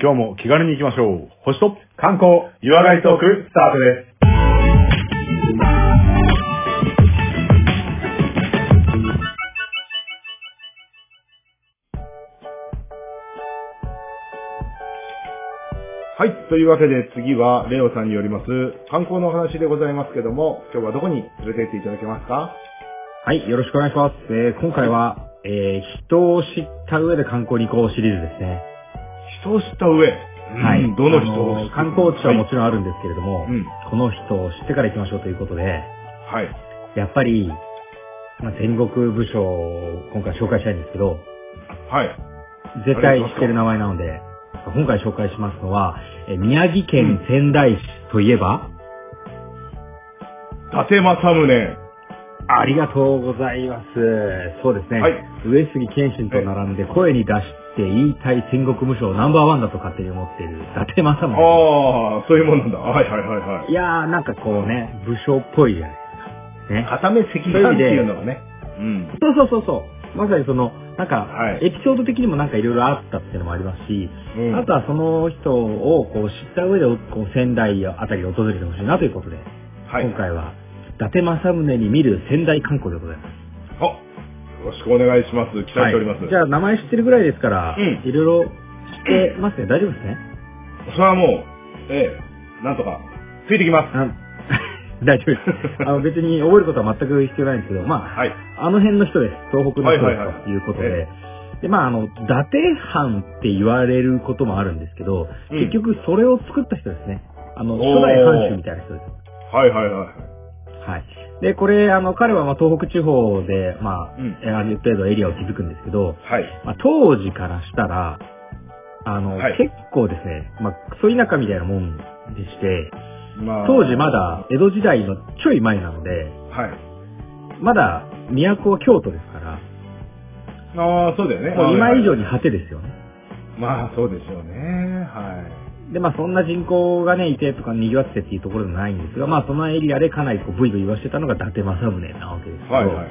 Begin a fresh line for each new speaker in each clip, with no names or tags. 今日も気軽に行きましょう。星と
観光、
岩貝トーク、
スタートです。はい。というわけで次は、レオさんによります、観光のお話でございますけども、今日はどこに連れて行っていただけますか
はい、よろしくお願いします。えー今回は、えー人を知った上で観光に行こうシリーズですね。
人を知った上。
は
う
い。
んどの
あ
人を知っ
ー観光地はも
はい
ちろんあるんですけれども、
うん。
この人を知ってから行きましょうということで、
はい。
やっぱり、まあ、戦国武将を今回紹介したいんですけど、
はい。
絶対知ってる名前なので、今回紹介しますのは、えー宮城県仙台市といえば、
伊達政宗。
ありがとうございます。そうですね。
はい
上杉謙信と並んで声に出して言いたい戦国武将ナンバーワンだと勝手に思っている伊達政宗。
ああ、そういうもんなんだ。はいはいはいはい
やー、なんかこうね、武将っぽいじゃないですか。
い。
ね。
片目赤眼っていうのがね。うん。
そうそうそうそう。まさにその、なんか、
はい
エピソード的にもなんかいろいろあったっていうのもありますし、
うん
あとはその人をこう知った上でこう仙台あたりを訪れてほしいなということで、
はい。
今回は伊達政宗に見る仙台観光でございます。
あ、よろしくお願いします。期待しております。
はいじゃあ名前知ってるぐらいですから、
うん
いろいろ知ってますね。大丈夫ですね。
それはもう、ええ、なんとか、ついてきます。
あ 大 丈夫です。あの別に覚えることは全く必要ないんですけど、まあ、
はい。
あの辺の人です。東北の人
はい
で
はいはい
すということで。
え
で、まあ、あの、伊達藩って言われることもあるんですけど、
うん
結局それを作った人ですね。あの、
お
初
ー
代藩主みたいな人です。
はいはいはい。
はい。で、これ、あの、彼は、まあ、東北地方で、まあ、
うん
えーある程度エリアを築くんですけど、
はい。
まあ、当時からしたら、あの、
はい
結構ですね、まあ、クソ田舎みたいなもんでして、
まあ
当時まだ江戸時代のちょい前なので、
はい。
まだ都は京都ですから、
ああ、そうだよね。
もう
あ
今
ー
以上に果てですよね。
まあ、そうでしょうね。は
で、まあそんな人口がね、いてとか賑わってっていうところでもないんですが、まあそのエリアでかなりこうブイブイ言わしてたのが伊達政宗なわけですけ
い。
ど、
はいはい。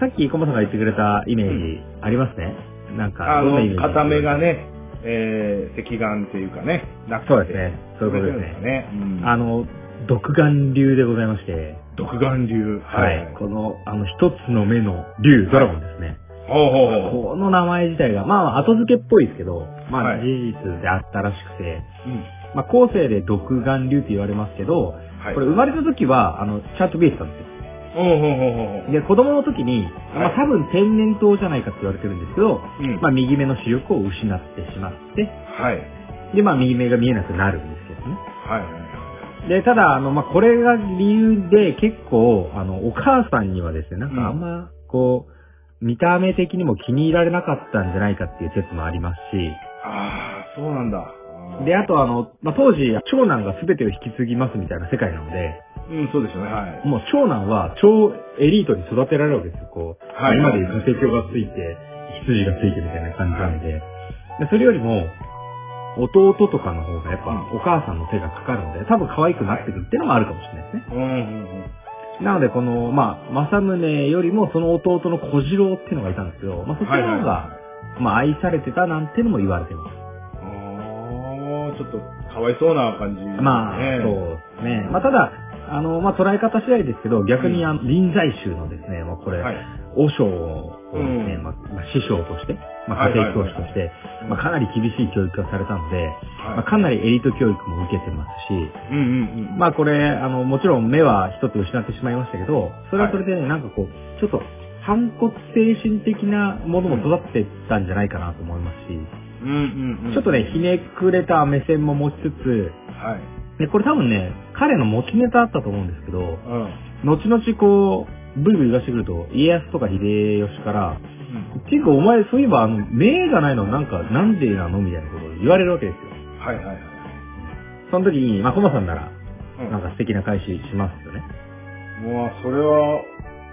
さっきコマさんが言ってくれたイメージありますね、なんか、
あ
どんなイメー
の、
ジ
片目が。ね、えー、赤眼っていうかね、なくて。
そうですね。そういうことですね。
ね。うん
あの、独眼流でございまして、
独眼流。
はい。この、あの、一つの目の竜、ドラゴンですね。
ほうほうほう。
この名前自体が、まあ、後付けっぽいですけど、ま
は
あ、
い
事実であったらしくて、
うん。
まあ、後世で独眼流って言われますけど、
はい。
これ生まれた時は、あの、ちゃんと見えてたんですよ。
ほうほうほうほうほう。
で、子供の時に、ま
は
あ
い、
多分天然痘じゃないかって言われてるんですけど、
うん。
まあ、右目の視力を失ってしまって、
はい。
で、まあ、右目が見えなくなるんですけどね。
はいは
で、ただ、あの、まあ、これが理由で、結構、あの、お母さんにはですね、なんかあんま、こう、見た目的にも気に入られなかったんじゃないかっていう説もありますし、
い。ああ、そうなんだ。
で、あとあの、まあ、当時、長男が全てを引き継ぎますみたいな世界なので、
うん、そうでしょうね。はい。
もう長男は超エリートに育てられるわけですよ、こう。
はい
今でいう家庭教がついて、羊がついてみたいな感じなので。でそれよりも、弟とかの方がやっぱお母さんの手がかかるので、多分可愛くなってくるっていうのもあるかもしれないですね。
うん、うん、
なので、この、まあ、正宗よりもその弟の小次郎っていうのがいたんですけど、まあ、そっちの
はい
方が、まあ、愛されてたなんてのも言われてます。
うん。ああ、ちょっと、かわいそうな感じ、
まあ、そうですね。まあ、ただ、あの、まあ、捉え方次第ですけど、逆に、あの、臨済宗のですね、まあ、これ、
はい。
和尚をですね、
うん
まあまあ師匠として、ま
は
あ、
い
家
はいはい
庭教師として、まあ、かなり厳しい教育がされたので、まあ、
は
かなりエリート教育も受けてます
い。
し、
うん、うん、うん。
まあこれ、あの、もちろん目は一つ失ってしまいましたけど、それはそれでね、なんかこう、ちょっと反骨精神的なものも育ってたんじゃないかなと思いますし、
うん、うん、うん。
ちょっとね、ひねくれた目線も持ちつつ、
はい。
で、これ多分ね、彼の持ちネタあったと思うんですけど、
うん。
後々こう、ブイブイ言わしてくると、家康とか秀吉から、
う
っていうか、お前、そういえば、あの、目がないの、なんか、なんでなのみたいなことを言われるわけですよ。
ん。はい、はい、はい。
その時に、まあ、コマさんなら、
うん
なんか素敵な返ししますよね。
もう、それは、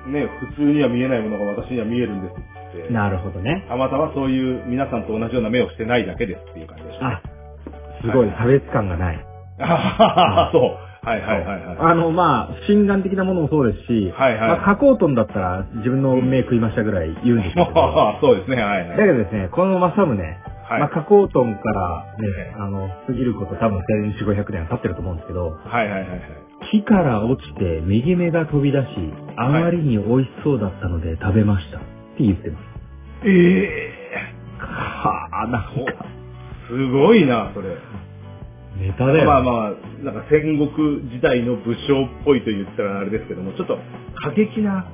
ね、普通には見えないものが私には見えるんですって。
なるほどね。
たまたまそういう皆さんと同じような目をしてないだけですっていう感じでしょ。
あ、すごい、
はい
差別感がない。
あはははそう。はいはいはいはい。
あの、まあ、心眼的なものもそうですし、
はいはい
まあ、書こうとんだったら、自分の目食いましたぐらい言うんですけど、
もうそうですね、はいはい。
だけどですね、この正宗、
はい
まあ、加工トンからね、あの、過ぎること多分4、500年は経ってると思うんですけど、
はいはいはいはい。
木から落ちて右目が飛び出し、あまりに美味しそうだったので食べました。って言ってます。
ええ
はあ、なんか、
すごいな、それ。
ネタだよ。
まあまあ、なんか戦国時代の武将っぽいと言ったらあれですけども、ちょっと過激な、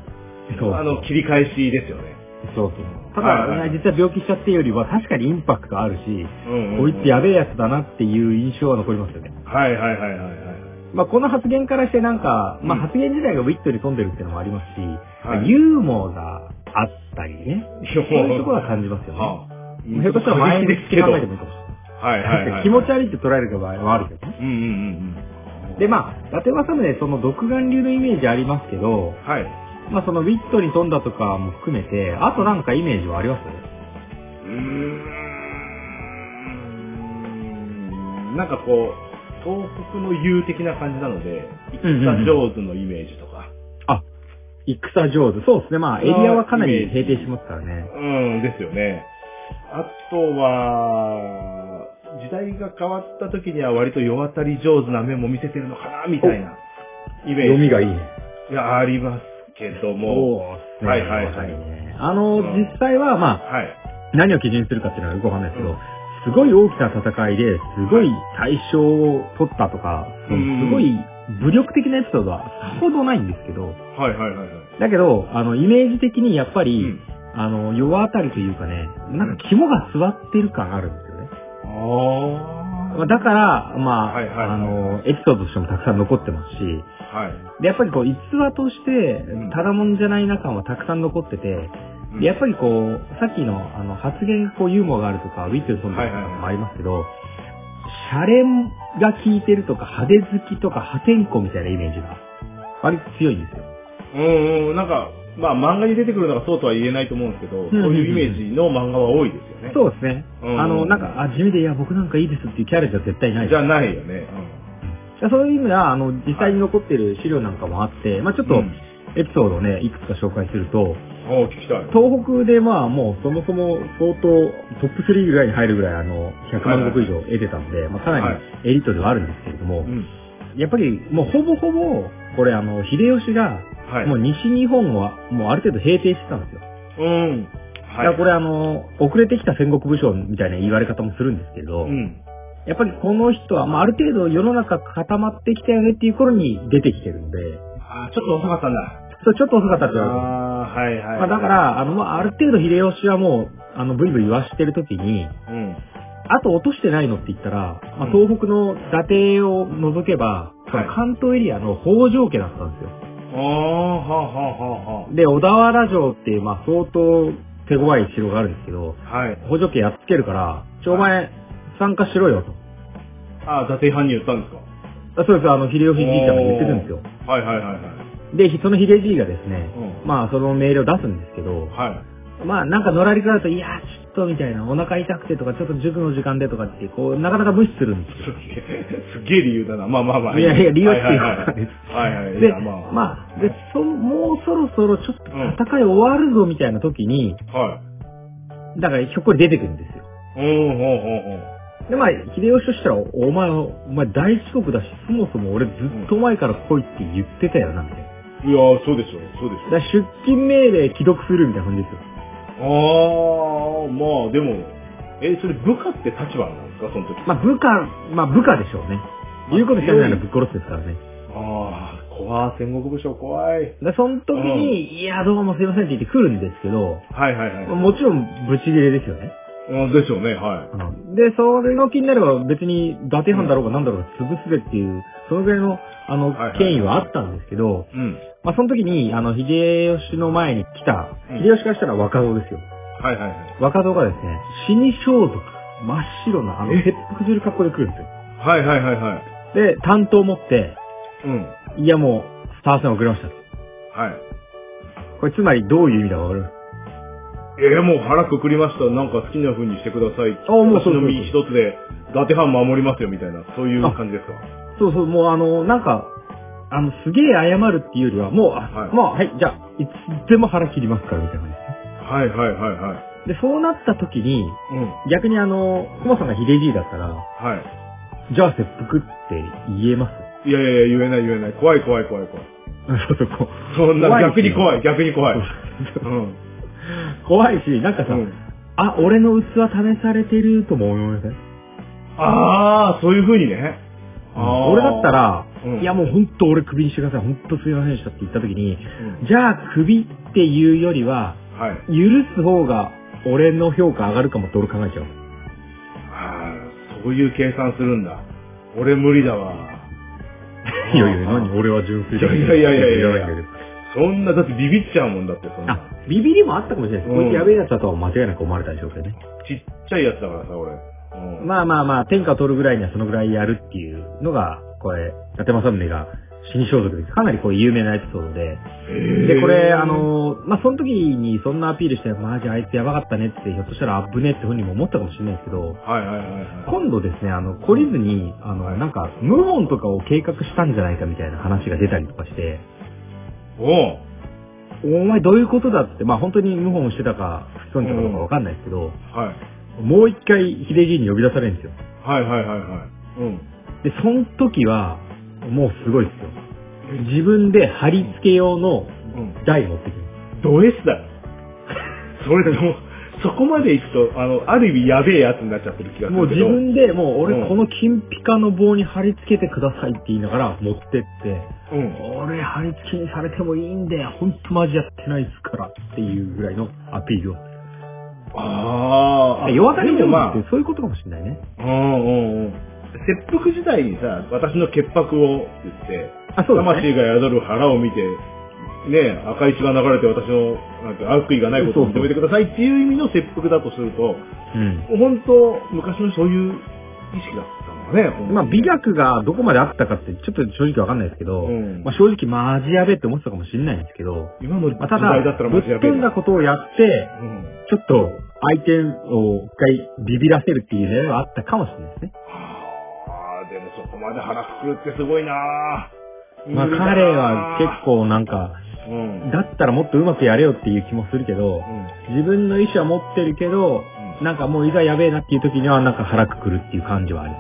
そう
あの、切り返しですよね。
そうそう。ただ、
はいはい
ね実は病気しちゃってよりは確かにインパクトあるし、
うんうんうん
こいつやべえやつだなっていう印象は残りますよね。
はいはいはいはいはい。
まあ、この発言からしてなんか、まあ、
うん
発言自体がウィットに富んでるっていうのもありますし、
はい
ユーモアがあったりね、
そう
そういうところは感じますよね。
はあ、
ひょっとしたら前向
で
き
す
に
けど。
考
は
え
い
てもいいかもしれない。
はいはい、
気持ち悪いって捉える場合はあるけどね。
うんうんうんうん。
で、まあ、伊達政宗、その独眼流のイメージありますけど、
はい。
まあ、そのウィットに富んだとかも含めて、あとなんかイメージはあります
うーん。なんかこう、東北の優的な感じなので、
うんうんうん
戦上手のイメージとか。
戦上手。そうですね。まあ、エリアはかなり平定しますからね。
うん、ですよね。あとは、時代が変わった時には割と世渡り上手な面も見せてるのかな、みたいなイメージ
がいいね。
がありますけども。
そう
はいはいはい
い。あの、
うん
実際は、まあ、
はい。
何を基準にするかっていうのはよくわかんないですけ
う
ど
ん、
すごい大きな戦いで、すごい大賞を取ったとか、そ
うん
のすごい武力的なエピソードはさほどないんですけど、
はいはいはいはい。
だけど、あの、イメージ的にやっぱり、
うん
あの、弱あたりというかね、なんか肝が座ってる感があるんですよね。
あ
まあだから、まあ、
はいはいはい
あの、エピソードとしてもたくさん残ってますし、
あ。はい。
で、やっぱりこう、逸話として
ん、
ただもんじゃないな感はたくさん残ってて、でやっぱりこう、さっきのあの発言がこうユーモアがあるとか、ウィットルソンとかもありますけど、シャレンが効いてるとか、派手好きとか、破天荒みたいなイメージが、割と強いんですよ。
うんうん、なんか、まあ漫画に出てくるのがそうとは言えないと思うんですけど、
ん
そういうイメージの漫画は多いですよね。
そうですね。
うん
あの、なんか、あ、地味で、いや、僕なんかいいですっていうキャラじゃ絶対ない
じ
です
ゃないよね。
そういう意味では、あの、実際に残ってる資料なんかもあって、まあちょっと、
うん
エピソードをね、いくつか紹介する
う
と、
ん。おー聞きたい。
東北でまあもうそもそも相当トップ3ぐらいに入るぐらいあの100万国以上得てたんで、まあか
は
なりエリートではあるんですけれども、
うん。
やっぱりもうほぼほぼ、これあの、秀吉が
はい。
もう西日本はもうある程度平定してたんですよ。
うん。
だからこ
れ
れあの、遅れてきた戦国武将みたいな言われ方もするんですけど、
うん。
やっぱりこの人はまあある程度世の中固まってきたよねっていう頃に出てきてるので、
あーちょっと遅かったんだ。
そうちょっと遅かったって言われてます
あー、はいはい。
まあ、だか、ら、あの、まあ、ある程度秀吉はもう、あの、ブイブイ言わしてる時に、
うん。
あと落としてないのって言ったら、ま
う
あ、
ん
東北の伊達を除けば、
い
その関東エリアの北条家だったんですよ。
あー、はあはあは
で、小田原城っていう、まあ、相当手強い城があるんですけど、
あはあ。はい。
北条家やっつけるから、ちょ、お前、参加しろよと。
あー、伊達藩に言ったんです
あそうです、あの、秀吉じいちゃんが言ってるんですよ。
か。はいはいはいはい。
で、その秀じいがですね、
うん。
まあ、その命令を出すんですけど、
はい。
まあなんかのらりくらると、いやーちょっとみたいな、お腹痛くてとか、ちょっと塾の時間でとかって、こう、なかなか無視するんです
すげえ、 すげえ理由だな。まあまあまあ。
よ。いやいや、理由は
は
つ
いはいい
て
は
ないかったです。
はいはい。い
で、
やまあ。
まあ、で、そ、もうそろそろちょっと戦い終わるぞみたいな時に、
はい。
だからひょっこり出てくるんですよ。
うん、ほうほうほう。
で、まあ、秀吉としたら、お前、お前大遅刻だし、そもそも俺ずっと前から来いって言ってたよな、みたいな。
いやー、そうでしょう、そうでしょう。
だから出勤命令既読するみたいな感じですよ。
あー、まあでも、え、それ部下って立場なんですか、その時。
まあ部下、まあ部下でしょうね。言うこと聞かないならぶっ殺すですからね。
あー、怖い、戦国武将怖い。
で、その時に、いや、どうもすいませんって言って来るんですけど、
はいはいはい。
もちろん、ブチ切れですよね。
うん、でしょうね、は
で、それが気になれば別に、伊達藩だろうが何だろうが潰すべっていう、そのぐらいの、あの
はいはい、
権威はあったんですけど、
い。うん。
まあ、その時に、あの、秀吉の前に来た
うん、
秀吉からしたら若造ですよ。
はいはいはい。
若造がですね、死に装束、真っ白な、あの、
え
切腹する格好で来るんですよ。
はいはいはいはい。
で、担当持って、
うん。
いやもう、スター戦遅れました。
はい。
これつまりどういう意味だかわかる
えー、もう腹くくりました。なんか好きな風にしてください。
あもうそうそうそ
私の
う
身一つで、伊達藩守りますよ、みたいな、そういう感じですか。
そうそう、もうあの、なんか、あの、すげえ謝るっていうよりは、もう、あ
はい
もう、はい、じゃあ、いつでも腹切りますから、みたいな感じ。
はいはいはいはい。
で、そうなった時に、
うん。
逆にあの、クマさんがヒデじいだったら、
は
じゃあ切腹って言えます
い。いやいやいや、言えない言えない。怖い怖い怖い怖い。
そうそう、こ
そんな、
怖い
逆に怖い、逆に怖い。
う
うん。
怖いし、なんかさ、
うん。
あ、俺の器試されてるとも思いません
ああ、そういう風にね。あー
俺だった、ら、
うん
いやもうほんと俺首にしてください、ほんとすいませんでしたって言った時に、
うん
じゃあ首っていうよりは、
はい。
許す方が俺の評価上がるかもって俺考えちゃう。
ああ、そういう計算するんだ。俺無理だわ。
いやいや、何俺は純粋だ
いやいやいやいやいや
らなけど
そんな、だってビビっちゃうもんだって、そんな。
あ、ビビりもあったかもしれないです。
うん
こいつやべえやつだとは間違いなく思われたでしょうけどね。
ちっちゃいやつだからさ、俺。うん。
まあまあまあ、天下を取るぐらいにはそのぐらいやるっていうのが、これ、伊達政宗が死に装束です。かなりこう有名なエピソードで。で、これ、あ、の、まあその時にそんなアピールして、マジあいつやばかったねって、ひょっとしたら危ねえってふうにも思ったかもしれないですけど、
はいはいはいはい。
今度ですね、あの、懲りずに、あの、なんか、謀反とかを計画したんじゃないかみたいな話が出たりとかして、
おう
お前どういうことだって、まあ本当に謀反をしてたか、不尊重たかどうかわかんないですけど、
はい。
もう一回秀じいに呼び出されるんですよ。
はいはいはいはい。うん。
で、その時は、もうすごいですよ。自分で貼り付け用の
うん。
台持ってきます。
ド S だよ。 それでも、そこまで行くと、あの、ある意味やべえやつになっちゃってる気がす
もう
るけ
自
ど。
分で、もう
う
俺
ん
この金ピカの棒に貼り付けてくださいって言いながら持ってって、
うん。
俺貼り付けにされてもいいんだよ。ほんとマジやってないですからっていうぐらいのアピールを。
ああ。
弱たり
でも
も
ま
ま
あ
あ、、そういうことかもしれないね。
うんうんうん。切腹時代にさ、私の潔白をって言って、
あ、そうですね。
魂が宿る腹を見て、ね、赤い血が流れて私のなんか悪意がないことを認めてくださいっていう意味の切腹だとすると、
うん。
本当、昔のそういう意識だったのね、本当に
まあ美学がどこまであったかってちょっと正直わかんないですけど、
うん
まあ正直マジやべえって思ってたかもしれないんですけど、
今の時
まあた
代だったら
だ、ぶ
マ
っ
ジやべ
飛
え
んだ
な。
ことをやって、
うん
ちょっと相手を一回ビビらせるっていう例はあったかもしれないですね。
はあでもそこまで腹くくるってすごいなぁ
まあ彼は結、構なんか、
うん
だったらもっとうまくやれよっていう気もするけど、自分の意思は持ってるけど、
うん
なんかもういざやべえなっていう時にはなんか腹くくるっていう感じはあり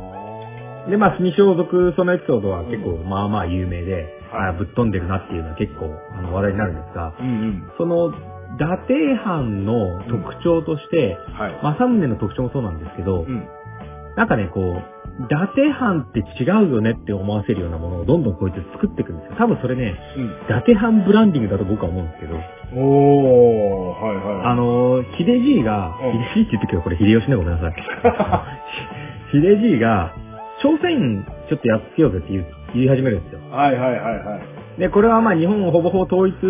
ま
は
す。で、まあ、死に装束そのエピソードは結構まあまあ有名で、
はい
あぶっ飛んでるなっていうのは結構あの話題になるんですが、
あうんうん。
その、伊達藩の特徴として、
はい。
正宗の特徴もそうなんですけど、
うん。
なんかね、こう、伊達藩って違うよねって思わせるようなものをどんどんこうやって作っていくんですよ。多分それね、伊達藩ブランディングだと僕は思うんですけど、
うん。おー、はいはい。
あのー、秀じいが、
うん
秀じいって言ってけどこれ秀吉ね、ごめん なさい。秀じいが、朝鮮ちょっとやっつけようぜって言う言い始めるんですよ。
はいはいはいはい。
で、これはまあ日本をほぼほぼ統一し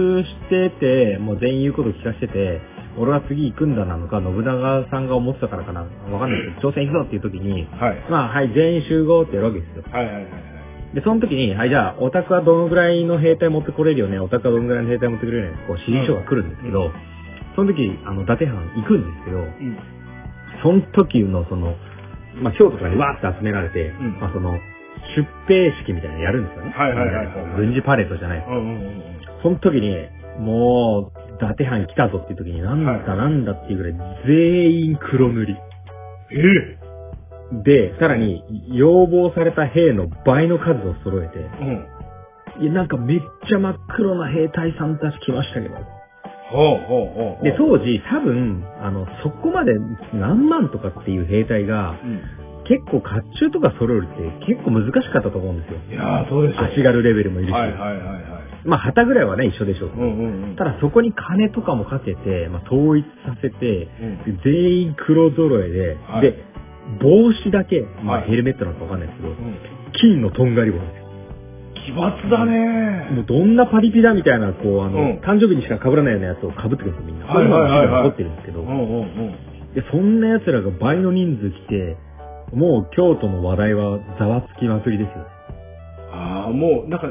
てて、もう全員言うこと聞かしてて、俺は次行くんだなのか、信長さんが思ってたからかな、わかんないけど、朝鮮行くぞっていう時に、
はい。
まあはい、全員集合ってやるわけですよ。
はいはいはいはい。
で、その時に、はい、じゃあ、オタクはどのぐらいの兵隊持ってこれるよね、オタクはどのぐらいの兵隊持ってくれるよね、こう、指示書が来るんですけど、その時、あの、伊達藩行くんですけど、
うん。
その時のその、まあ、京都からにわーって集められて、
うん
まあ、その、出兵式みたいなのやるんですよね。
はいはいはいはい
みんなでこう軍事パレードじゃない。
うんうんうん。
その時に、もう、伊達藩来たぞっていう時に、なん
は
だなんだっていうぐらい、全員黒塗り。
ええ
で、さらに、要望された兵の倍の数を揃えて、
うん。
いや、なんかめっちゃ真っ黒な兵隊さんたち来ましたけど。
ほうほうほうほう。
で、当時、多分、あの、そこまで何万とかっていう兵隊が、
うん。
結構甲冑とか揃えるって結構難しかったと思うんですよ。
いやー、そうでしょ。
足軽レベルもいるし。
はいはいはいはい。
まあ、旗ぐらいはね、一緒でしょうけ
う
ど、
んうんうん。
ただそこに金とかもかけて、まあ、統一させて、
うん。
全員黒揃えで、
はい
で、帽子だけ、まあ、
はい
ヘルメットなんかわかんないですけど、
うん。
金のとんがり棒なんですよ
奇抜だね
もうどんなパリピだみたいな、こう、あの、
うん
誕生日にしか被らないようなやつを被ってくるんですよ、みんな。
はいはいはいはい
こういうのが残ってるんですけど、
うんうんうん。
で、そんな奴らが倍の人数来て、もう京都の話題はざわつきまくりですよ。
ああ、もう、なんか、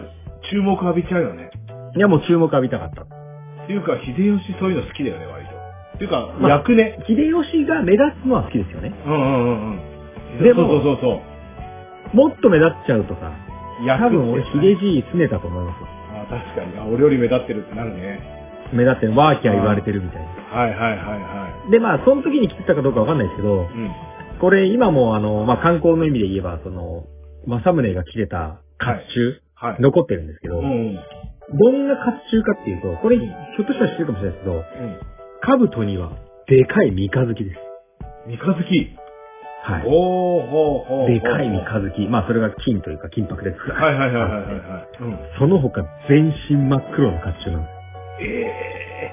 注目浴びちゃうよね。
いや、もう注目浴びたかった。
っていうか、秀吉そういうの好きだよね、割と。っていうか、
まあ
役ね。
秀吉が目立つのは好きですよね。
うんうんうんうん。
でも
そうそうそう
もっと目立っちゃうとさ、
そう。
多分俺
役ってね
秀じい拗ねたと思いますよ。
あー確かに。あ、俺より目立ってるってなるね。
目立って、ワーキャー言われてるみたいな。
はいはいはいは
で、まあ、その時に来てたかどうかわかんないですけど
い。、うん。
これ今もあの、まあ、観光の意味で言えば、その、政宗が着てた甲冑、
はい。
残ってるんですけど、
うん。
どんな甲冑かっていうと、これ、ひょっとしたら知ってるかもしれないですけど、兜には、でかい三日月です。
三日月。
はい。
おーほーほー。
でかい三日月。まあ、それが金というか金箔ですから。
はいはいはいはいはいはい。うん。
その他、全身真っ黒の甲冑なんで
え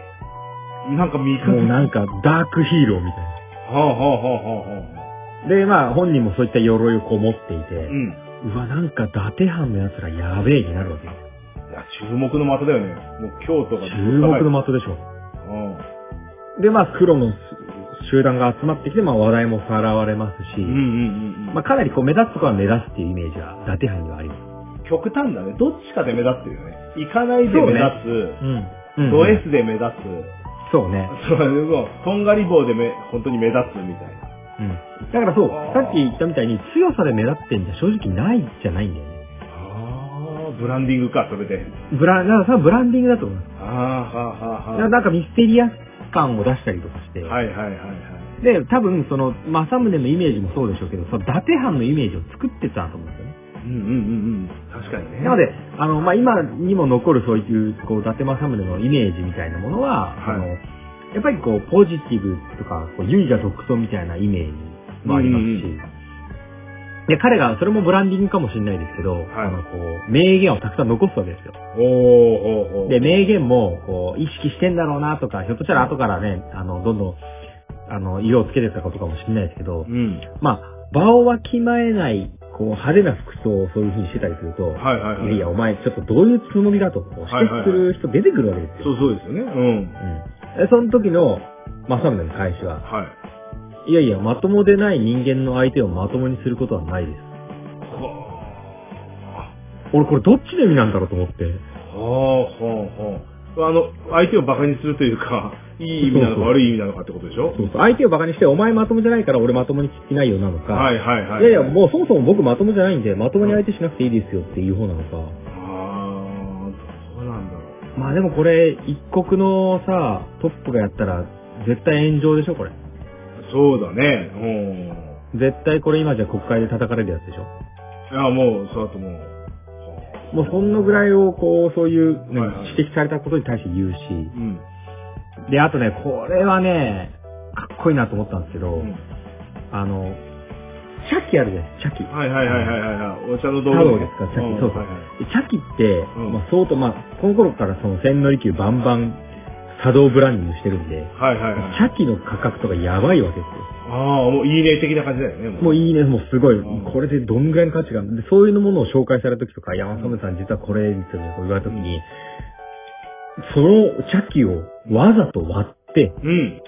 えなんか三日
す。もう
月。
なんか、ダークヒーローみたいな。
ほうほうほうほうほう。
で、まあ、本人もそういった鎧をこう持っていて、
うん。いう
わ、なんか、伊達藩の奴らやべえになるわけです。
や、注目の的だよね。もう京都が
注目の的でしょ。
うん。
で、まあ、黒の集団が集まってきて、まあ、話題もさらわれますし、
うんうんうんうん。
まあ、かなりこう、目立つところは目立つっていうイメージが、伊達藩にはあります。
極端だね。どっちかで目立ってるよね。行かないで目立
うん。
つ、ド S で目立
そうね。
つ、それでも、とんがり棒でめ本当に目立つみたいな。
うん。だからそう、
あー
さっき言ったみたいに強さで目立ってんじゃ正直ないじゃないんだよね。
ああ、ブランディングか、それで。
ブラ、だからそれはブランディングだと思います。
ああ、はあはあは
だからなんかミステリアス感を出したりとかして、
あ。はいはいはいはい。
で、多分その、政宗のイメージもそうでしょうけど、その伊達藩のイメージを作ってたと思うんですよね。
うんうんうんうん。確かにね。
なので、あの、まあ、今にも残るそういう、こう、伊達政宗のイメージみたいなものは、
はい
あの、やっぱりこう、ポジティブとか、こう、優雅独尊みたいなイメージもありますし、
うんうん
で、彼が、それもブランディングかもしれないですけど、あの、こう、名言をたくさん残すわけですよ。
おーおーおー
で、名言も、こう、意識してんだろうなとか、ひょっとしたら後からね、あの、どんどん、あの、色をつけてたことかもしれないですけど
う、ん。
まあ、場をわきまえない、こう、派手な服装をそういう風にしてたりすると、
はいはいはい。
いやいや、お前、ちょっとどういうつもりだと、こう指
はいはいは
摘
い
する人出てくるわけです
そ
よ。
うそうですよね。うん。
うん。でその時の、正宗の返しは、
はい。
いやいや、まともでない人間の相手をまともにすることはないです。
は
俺、これどっちの意味なんだろうと思って。
あ、ほうほうほう。あの、相手を馬鹿にするという か、いい意味なの
そう
か
そう
悪い意味なのかってことでしょ
そうそう。相手を馬鹿にして、お前まともじゃないから俺まともにしてないよなのか、
はいはいはい。
いやいや、もうそもそも僕まともじゃないんで、まともに相手しなくていいですよっていう方なのか。
ああ、どうなんだろう。
まあでもこれ、一国のさ、トップがやったら、絶対炎上でしょ、これ。
そうだね。うん。
絶対これ今じゃ国会で叩かれるやつでしょ。
いや、もう、そうだと思う。
もうそんなぐらいを、こう、そういう、ね
はいはい
指摘されたことに対して言うし。
うん。
で、あとね、これはね、かっこいいなと思ったんですけど、
うん
あの、チャキあるじゃないですか、チャキ。
はいはいはいはいはいはい。お茶の道
茶道
具、
ですか茶器
うん
そうそう
はいはい
チャキって、
うん
まあ相当、まあ、この頃からその千利休バンバン作動ブランディングしてるんで、
はいはいはい。
茶器の価格とかやばいわけで
ああ、もういいね的な感じだよね。
すよ。もう
い。
いいね、もうすごい
うん。
これでどんぐらいの価値があるでそういうものを紹介された時とか、山サムさん実はこれ、みたいなこと言われた時に、その茶器をわざと割って、
うん。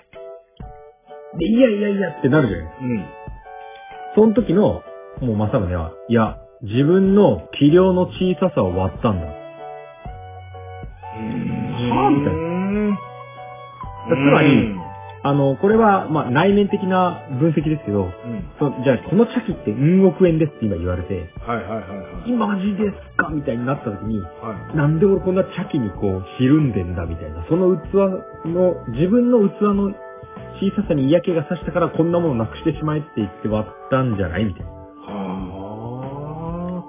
で、いやいやいやってなるじゃないですか。
うん。
その時の、もう正宗は、いや、自分の器量の小ささを割ったんだ。はあみたいな
な。
つまり
うん
あの、これは、まあ、内面的な分析ですけど、
うん。
そじゃあ、この茶器って、うん億円ですって今言われて、
はいはいはいはい。
マジですかみたいになった時に、
はい。
なんで俺こんな茶器にこう、ひるんでんだみたいな。その器の、自分の器の小ささに嫌気がさしたからこんなものなくしてしまえって言って割ったんじゃないみたいな。
は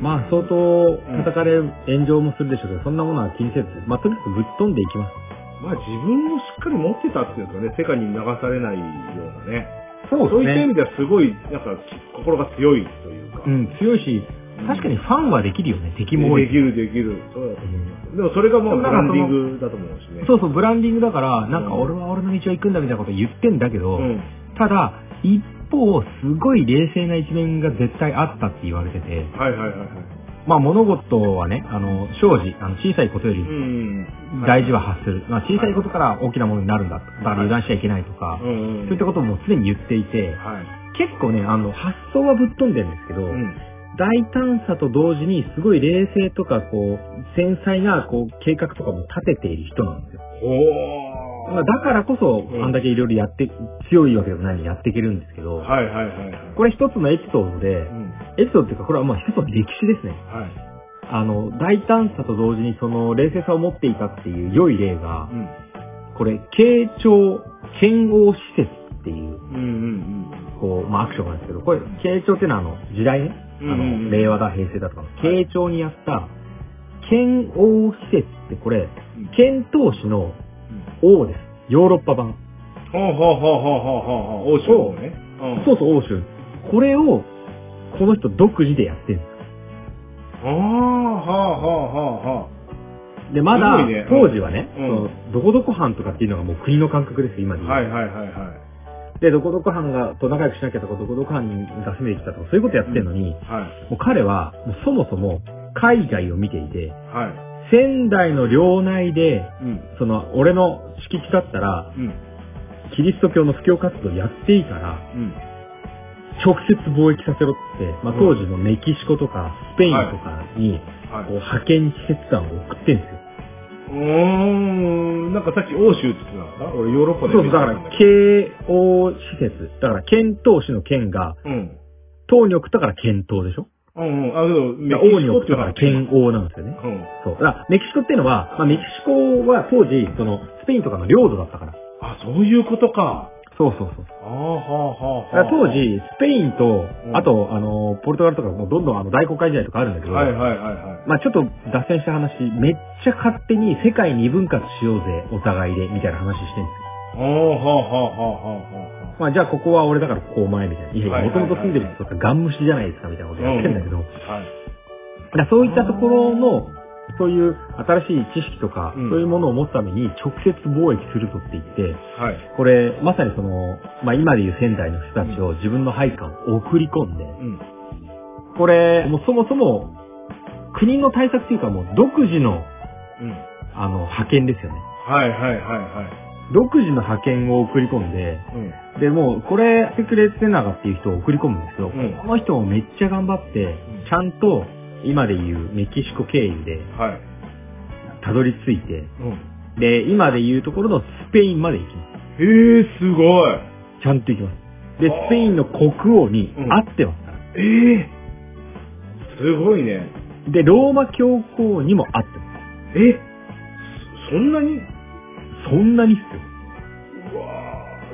まあ相当叩かれ、炎上もするでしょうけど、そんなものは気にせず、まあとにかくぶっ飛んでいきます。
あ。まあ自分をしっかり持ってたっていうかね、世界に流されないようなね。
そ
そういった意味ではすごい、なんか心が強いというか。
うん、強いし、確かにファンはできるよね、敵も多い
でき。るできる。そうだと
う
思
ん
う。でもそれがもうブ
なん
ラン
かその
ディングだと思うしね。。
そううそう、ブランディングだから、なんか俺は俺の道を行くんだみたいなこと言ってんだけど、
うん。
ただ、一方、すごい冷静な一面が絶対あったって言われてて、
はいはいはいはい。
まあ物事はね、あの、生じ、あの小さいことよ
う
り
ん。
大事は発する。まあ小さいことから大きなものになるんだ。だから油断しちゃいけないとか、
うんうん
そううい
ん。
ったことも常に言っていて、
はい。
結構ね、あの、発想はぶっ飛んでるんですけど、
うん。
大胆さと同時にすごい冷静とか、こう、繊細な、こう、計画とかも立てている人なんですよ。
ほ
まあだからこそ、あんだけいろいろやって、強いわけでもないのにやっていけるんですけど、
はいはいはいはい。
これ一つのエピソードで
う、ん。
エピソードっていうか、これはまあ一つの歴史ですね。
はい。
あの、大胆さと同時にその冷静さを持っていたっていう良い例が、
うん。
これ、慶長剣王施設っていう、
うんうん
こう、まあ、アクションなんですけど、これ、慶長っていうのはあの、時代ね。あ
うんうんう
の、
ん
令和だ、平成だとかの、慶長にやった、剣王施設ってこれ、
うん。
剣闘士の王です。ヨーロッパ版。
ほうほうほうほうほうほうほう。欧州のね。うん。
そうそう、欧州。これを、この人独自でやってるんで
ああ、はあはあはあはあ。
す。で、ますだ
ごいね、
当時はね、
うん
そのどこどこ藩とかっていうのがもう国の感覚です、今で言う
はいはいはいは
で、どこどこ藩が、と仲良くしなきゃとか、どこどこ藩にが攻めてきたとか、そういうことやってるのに、
い。はい。
もう彼は、もうそもそも、海外を見ていて、
は
仙台の領内で、
い。うん。
その、俺の敷地だったら、
うん。
キリスト教の布教活動やっていいから、
うん。
直接貿易させろって、まあ、当時のメキシコとか、スペインとかに、
はい
こう。派遣施設団を送ってんですよ。
うーん。なんかさっき欧州って言ってなかった俺ヨーロッパ
そう
で
そう、
見
だ
た
か
こ
ら
とない、
慶応施設。だから、遣唐使の剣が、
うん。
唐に送ったから遣唐でしょ
うんうん。あ、けど、メ
だ
キ
から王
シ
に
コ
送
っ
って
い
た
うの
か
は
ら剣王なんですよね。
うん。
そう。だから、メキシコっていうのは、まあ、メキシコは当時、その、スペインとかの領土だったから。
あ、そういうことか。
そうそうそう。
ああ、はあ、は
だ
あ、はあ
から。当、時、スペインと
う、ん
あと、あの、ポルトガルとか、もうどんどんあの大航海時代とかあるんだけど、
はいはいはいはい。
まあちょっと脱線した話、めっちゃ勝手に世界二分割しようぜ、お互いで、みたいな話してるんです
ああ、はあ、はあ、はあ、は
よ。まあじゃあここは俺だからここお前みたいな。いやい
は
や、
い
も
はいは
と
い
もと住んでる人とかガン虫じゃないですか、みたいなことやってんだけど、だか
あ、はあ。はい。
らそういったところの、そういう新しい知識とか、
うん
そういうものを持つために直接貿易するとって言って、
はい。
これ、まさにその、まあ、今でいう仙台の人たちを自分の配下を送り込んで、
うん。
これ、もうそもそも、国の対策というかもう独自の、
うん。
あの、派遣ですよね。
はいはいはいは
独自の派遣を送り込んで、
い。うん。
で、もう、これやってくれてながっていう人を送り込むんです
う
よ。
ん
この人もめっちゃ頑張って
ん、
ちゃんと、今でいうメキシコ経由で、
はい。
たどり着いて、
うん。
で、今でいうところのスペインまで行きます。
へえ、すごい。
ちゃんと行きます。で、スペインの国王に
うん
会ってますから。
ええすごいね。
で、ローマ教皇にも会ってま
えそそんなに
す。そんなにっすよ。
うわ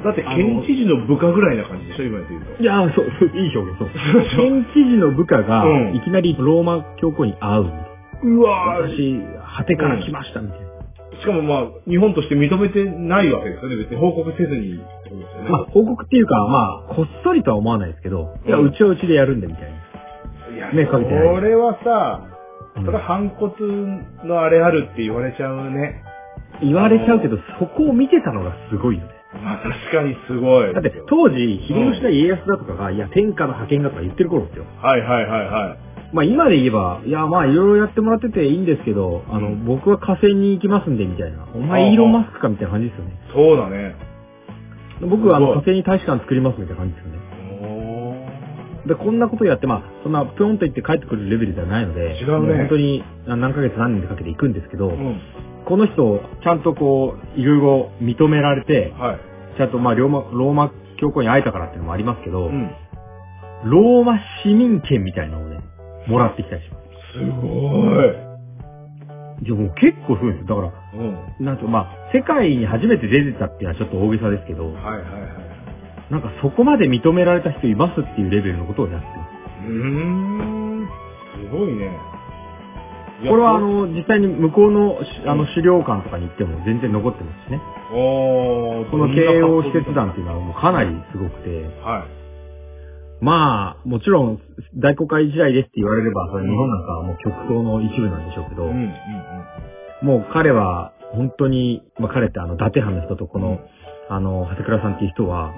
ーだって県知事の部下ぐらいな感じでしょ今で言うと。
いやーそう、そう、いい 表現、そう。
そう
県知事の部下が
う、ん
いきなりローマ教皇に会う。
うわー
私、果てから来ました、みたいな。
しかもまあ、日本として認めてないわけですよね。別に報告せずに。
まあ、報告っていうか、まあ、こっそりとは思わないですけど、いや、
うん
うちはうちでやるんで、みたいな。
いや
目かけてない
それはさ、それは
うん
反骨のあれあるって言われちゃうね。
言われちゃうけど、そこを見てたのがすごいよね。
まあ確かにすごい。
だって、当時、秀吉だ家康だとかが、いや、天下の派遣だとか言ってる頃ですよ。
はいはいはいはい。
まあ、今で言えば、いや、まあ、いろいろやってもらってていいんですけど、あ
う
の、
ん
僕は火星に行きますんで、みたいな。お
ああ
前、イーロンマスクか、みたいな感じですよね。
そうだね。
僕は、あ
すご
の、
い
火星に大使館作ります、みたいな感じですよね。
おー
で、こんなことやって、まあ、そんな、ぴょんと言って帰ってくるレベルではないので、
違うね
も本当に、あ何ヶ月何年でかけて行くんですけど、
うん。
この人をちゃんとこう、いろいろ認められて、
はい。
ちゃんとまあ、ローマ、ローマ教皇に会えたからっていうのもありますけど、
うん。
ローマ市民権みたいなのをね、もらってきたりします
ごい。
す。じゃあもう結構すごいんですよ。だから、
うん。
なんとまあ、世界に初めて出てたっていうのはちょっと大げさですけど、
はいはいはい。
なんかそこまで認められた人いますっていうレベルのことをやってます。
うーん。すごいね。いや
これはあ、の、実際に向こうのし、あの、資料館とかに行っても全然残ってますしね。
おー
この慶応施設団っていうのはもうかなりすごくて、
は
まあ、もちろん、大航海時代ですって言われれば、それは日本なんかはもう極東の一部なんでしょうけど、
い。うんうんうん。
もう彼は、本当に、まあ彼ってあの、伊達派の人とこの、
うん
あの、長谷倉さんっていう人は、
うん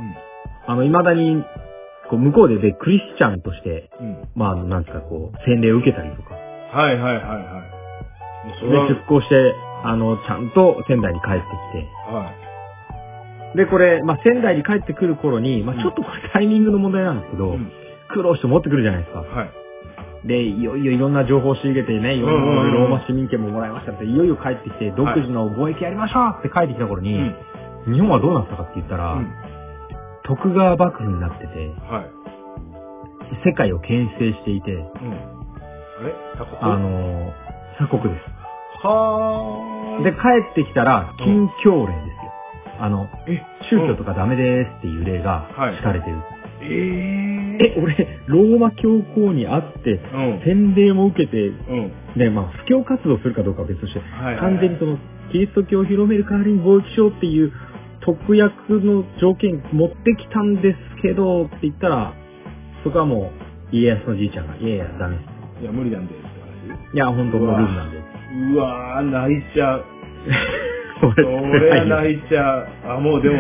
あの、未だに、こう、向こうでで、クリスチャンとして、
うん。
まああの、なんですか、こう、洗礼を受けたりとか、
はいはいはいはい。もうそ
で、
れは、
出航して、あの、ちゃんと仙台に帰ってきて、
はい。
で、これ、まあ、仙台に帰ってくる頃に、まあ、ちょっとこれタイミングの問題なんですけど、
うん
苦労して持ってくるじゃないですか。
はい。
で、いよいよいろんな情報を仕入れてね、いろんな
うんうんうん
ローマ市民権ももらいましたって、いよいよ帰ってきて、独自の貿易やりましょうって帰ってきた頃
う
に、
ん。
日本はどうなったかって言ったら、
うん
徳川幕府になってて、
はい。
世界を牽制していて、
うん。れタコ
あの、鎖国です。
はー
で、帰ってきたら、禁教令ですよ。あの、
え、
宗教とかダメですっていう例が
はい
敷かれてる。
えー、
え、俺、ローマ教皇に会って、
うん。
洗礼も受けて、
うん。
ね、まあ、布教活動するかどうかは別として、
はいはいはい
完全にその、キリスト教を広める代わりに貿易しようっていう、特約の条件持ってきたんですけど、って言ったら、そこはもう、家康のじいちゃんが、いやいや、ダメです。
いや、無理なんで、って話。
いや、本当のルールなんで。
うわー、泣いちゃう。そ
俺
れは
辛いよ
泣いちゃう。あ、もうでも、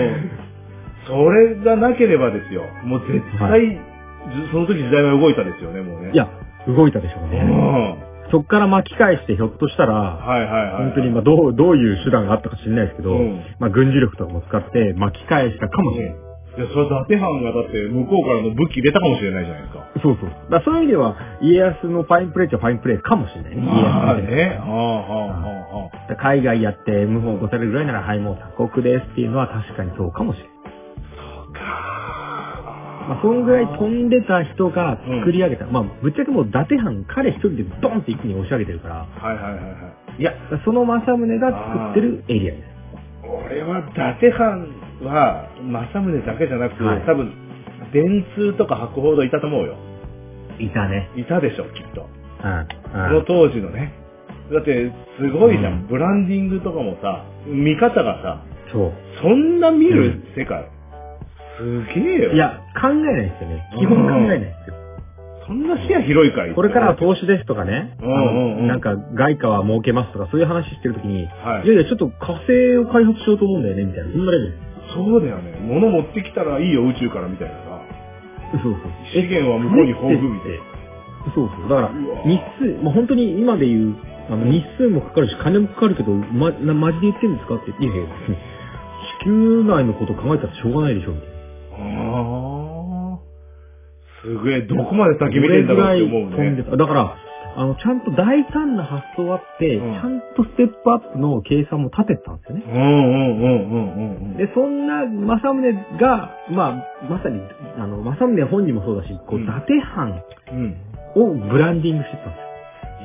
それがなければですよ。もう絶対、
は
ずその時時代は動いたですよね、もうね。
い、や、動いたでしょう
うん。
ね。そっから巻き返して、ひょっとしたら、
はいはいはい。
本当に、まあ、どう、どういう手段があったか知らないですけど、
うん
まあ、軍事力とかも使って巻き返したかもしれない。
いや、それは伊達藩がだって向こうからの武器入れたかもしれないじゃないですか。
そうそう。だからそういう意味では、家康のファインプレーっちゃファインプレーかもしれないね。
まあ
家康みたい
ね。ああ、
な
ああ、ああ。
海外やって無法を起こされるぐらいなら、はい、もう他国ですっていうのは確かにそうかもしれない。
そうか
まあ、そんぐらい飛んでた人が作り上げた。まあ、ぶっちゃけもう伊達藩、彼一人でドンって一気に押し上げてるから、
はいはいはいはい。いや、
その政宗が作ってるエリアです。
俺は伊達藩は政宗だけじゃなく、
はい
多分電通とか博報堂いたと思うよ
いたね。
いたでしょきっと
う
そ
ん。う
の
ん。
当時のねだってすごいじゃん、
うん
ブランディングとかもさ見方がさ
そう。
そんな見る世界、すげえよ
いや、考えないですよね。基本考えないですよ。
そんな視野広いかい
これからは投資ですとかね、あ
うんうんうん
のなんか外貨は儲けますとかそういう話してるときに、
はい
いやいや、ちょっと火星を開発しようと思うんだよね、みたいな。そんなレベル。
そうだよね物持ってきたらいいよ宇宙からみたいなさ
そうそう。
資源は向こうに豊富みたいな
そうそう。だから
うわ、
日数、まあ、本当に今で言う、あの、日数もかかるし、金もかかるけど、ま、な、マジで言ってんですかって言って、いやいや、別に地球内のこと考えたらしょうがないでしょ、みたいな。
あーすげえどこまで先見てんだろうって思う
どれぐらい飛ん
ね
でただから、あの、ちゃんと大胆な発想あって、
うん
ちゃんとステップアップの計算も立ててたんですよね。
うんうんうんうんうんうん。
で、そんな正宗が、まあ、まさに、あの、正宗本人もそうだし、こう、
うん
伊達藩
うん。
をブランディングしてたんで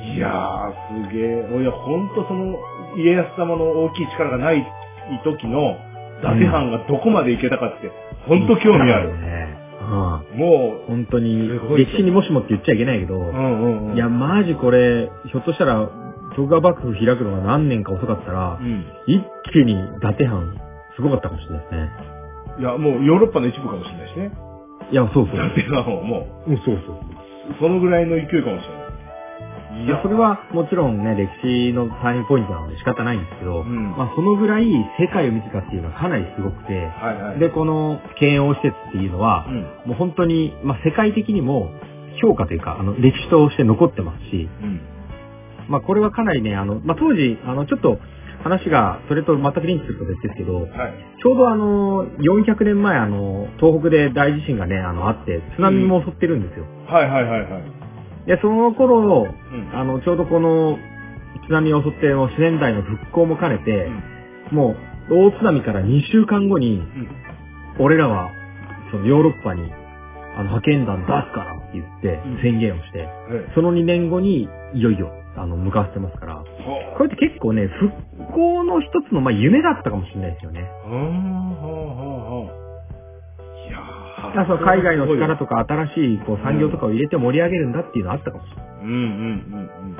すよ。
いやー、すげえ。いや、ほんとその、家康様の大きい力がない時の、伊達藩がどこまで行けたかって、ほんと興味ある。
ね。うん。
もう、
本当に
す、ごい
歴史にもしもって言っちゃいけないけど、
うんうんうん。
いや、マジこれ、ひょっとしたら、徳川幕府開くのが何年か遅かったら
う、ん。
一気に伊達藩、すごかったかもしれないですね。
いや、もうヨーロッパの一部かもしれないしね。
いや、そうそう。
伊達藩はも
うんそうそう。
う、そのぐらいの勢いかもしれない。
いや、それ、はもちろんね、歴史のターニングポイントなので仕方ないんですけど、
うん
まあそのぐらい世界を見てたっていうのはかなりすごくて、
はいはい。
で、この慶応施設っていうのは
う、ん。
もう本当に、まあ世界的にも評価というか、あの、歴史として残ってますし、
うん。
まあこれはかなりね、あの、まあ当時、あの、ちょっと話が、それと全くリンクすると別ですけど、
はい。
ちょうどあの、400年前、あの、東北で大地震がね、あの、あって、津波も襲ってるんですよ。
はいはいはいはい。
で、その頃、
うん。
あの、ちょうどこの、津波を襲っての自然台の復興も兼ねて、もう、大津波から2週間後に、
うん。
俺らは、そのヨーロッパに、あの、派遣団出すからって言って
うん、
宣言をして、
うん。
その2年後に、いよいよ、あの、向かわせてますから、これって結構ね、復興の一つの、まあ、夢だったかもしれないですよね。
ほうほうほうほういや
だ
ー
からその海外の力とか新しいこう産業とかを入れて盛り上げるんだっていうのはあったかもしれない。
うんうん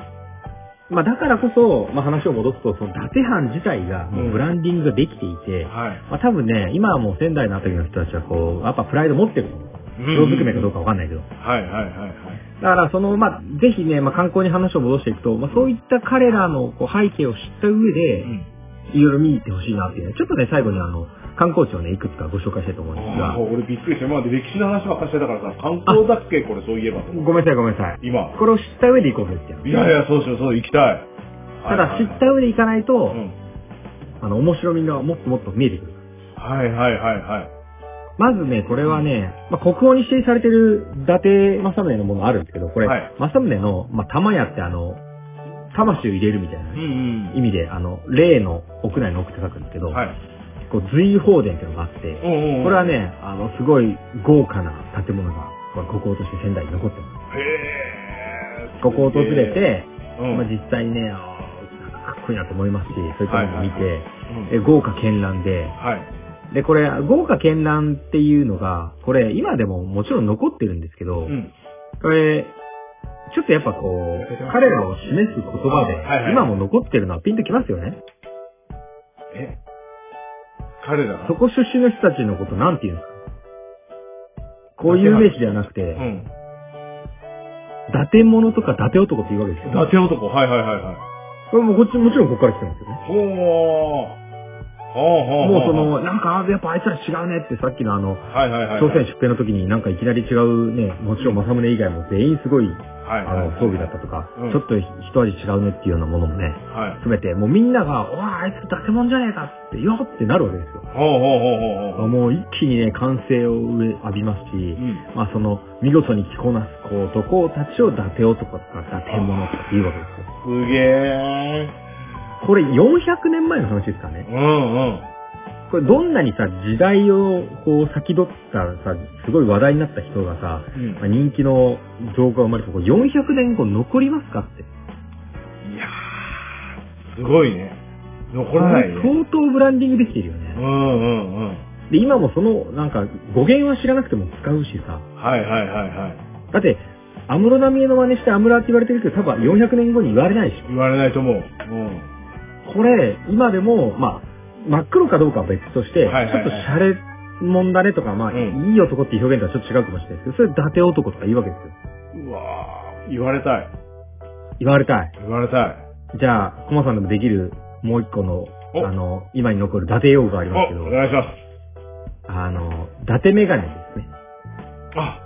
まあだからこそ、まあ話を戻すと、その伊達藩自体がもうブランディングができていて、
うんうん。はい。
まあ多分ね、今はもう仙台のあたりの人たちはこう、やっぱプライド持ってると思う。黒ずくめかどうかわかんないけど。だ
はいはいはいはい。
からその、まあぜひね、まあ観光に話を戻していくと、まあそういった彼らのこう背景を知った上
う
で、
ん。
いろいろ見に行ってほしいなっていうね。ちょっとね、最後にあの、観光地をね、いくつかご紹介したいと思うんです
あ
が
ー、俺びっくりした。今まで歴史の話ばっかりしてたからさ、観光だっけこれそういえばと思って
ごめんなさいごめんなさい。
今。
これを知った上で行こうぜって
い
いう。
やいや、そうしよう、そう、行きたい。
ただ知った上で行かないと、
うん。
あの、面白みがもっともっと見えてくる。
はいはいはいはい。
まずね、これはね、まあ、国宝に指定されてる伊達政宗のものあるんですけど、これ、
はい
政宗の、まあ、玉屋ってあの、魂を入れるみたいな
うんう
意味で、あの、霊の屋内の奥って書くんですけど、
ん。はい。
こう、随宝殿っていうのがあって、
うんうんうん。
これはね、あの、すごい豪華な建物が、これ国宝として仙台に残ってます。
へす
ここを訪れ、て、
うん
まあ、実際にね、あのなんかかっこいいなと思いますし、そういったものを
は
見
いは
て、
うん
え豪華絢爛で、
はい。
で、これ、豪華絢爛っていうのが、これ、今でももちろん残ってるんですけど、
うん。
これ、ちょっとやっぱこう、彼らを示す言葉で、
はいはい
今も残ってるのはピンときますよね。
え彼らが
そこ出身の人たちのことなんて言うんですかこういう名詞ではなくて、
うん。
伊達者とか伊達男って言うわけです
伊
よ。
達男、はいはいはいはい。
これもこっち、もちろんここから来てますよね。
ほー。ほうほうほう
もうそ、の、なんか、あやっぱあいつら違うねってさっきのあの、
はいはいはい。
朝鮮出兵の時になんかいきなり違うね、もちろん正宗以外も全員すごい、
はい
あ
はいはい
の、装備だったとか
うん、
ちょっと一味違うねっていうようなものもね、
はい。
すべて、もうみんなが、おわあいつ建物じゃねえかって、よってなるわけですよ。
ほうほうほうほうほう。
もう一気にね、歓声を浴びます
う
し、
ん。
まあその、見事に着こなす子男たちを伊達男とか伊達者とかっていうわけですよ。
すげー。
これ400年前の話ですからね。
うんうん。
これどんなにさ、時代をこう先取ったさ、すごい話題になった人がさ、
うん
まあ、人気の動画が生まれても、これ400年後残りますかって。
いやー、すごいね。残らないね。
相当ブランディングできてるよ
う
ね。
んうんうん。
で、今もその、なんか、語源は知らなくても使うしさ。
はいはいはいはい。
だって、安室奈美恵の真似して安室って言われてるけど、多分400年後に言われないし。
言われないと思う。うん。
これ、今でも、まあ、真っ黒かどうかは別として、
はいはいはい
ちょっとシャレもんだねとか、まあ、
うん
いい男っていう表現とはちょっと違うかもしれないですけど、それ伊達男とか言うわけですよ。
うわー、言われたい。
言われたい。
言われたい。
じゃあ、コマさんでもできるもう一個の、
お
あの、今に残る伊達用語がありますけ
お、
ど
お、願いします。
あの、伊達メガネですね。
あ、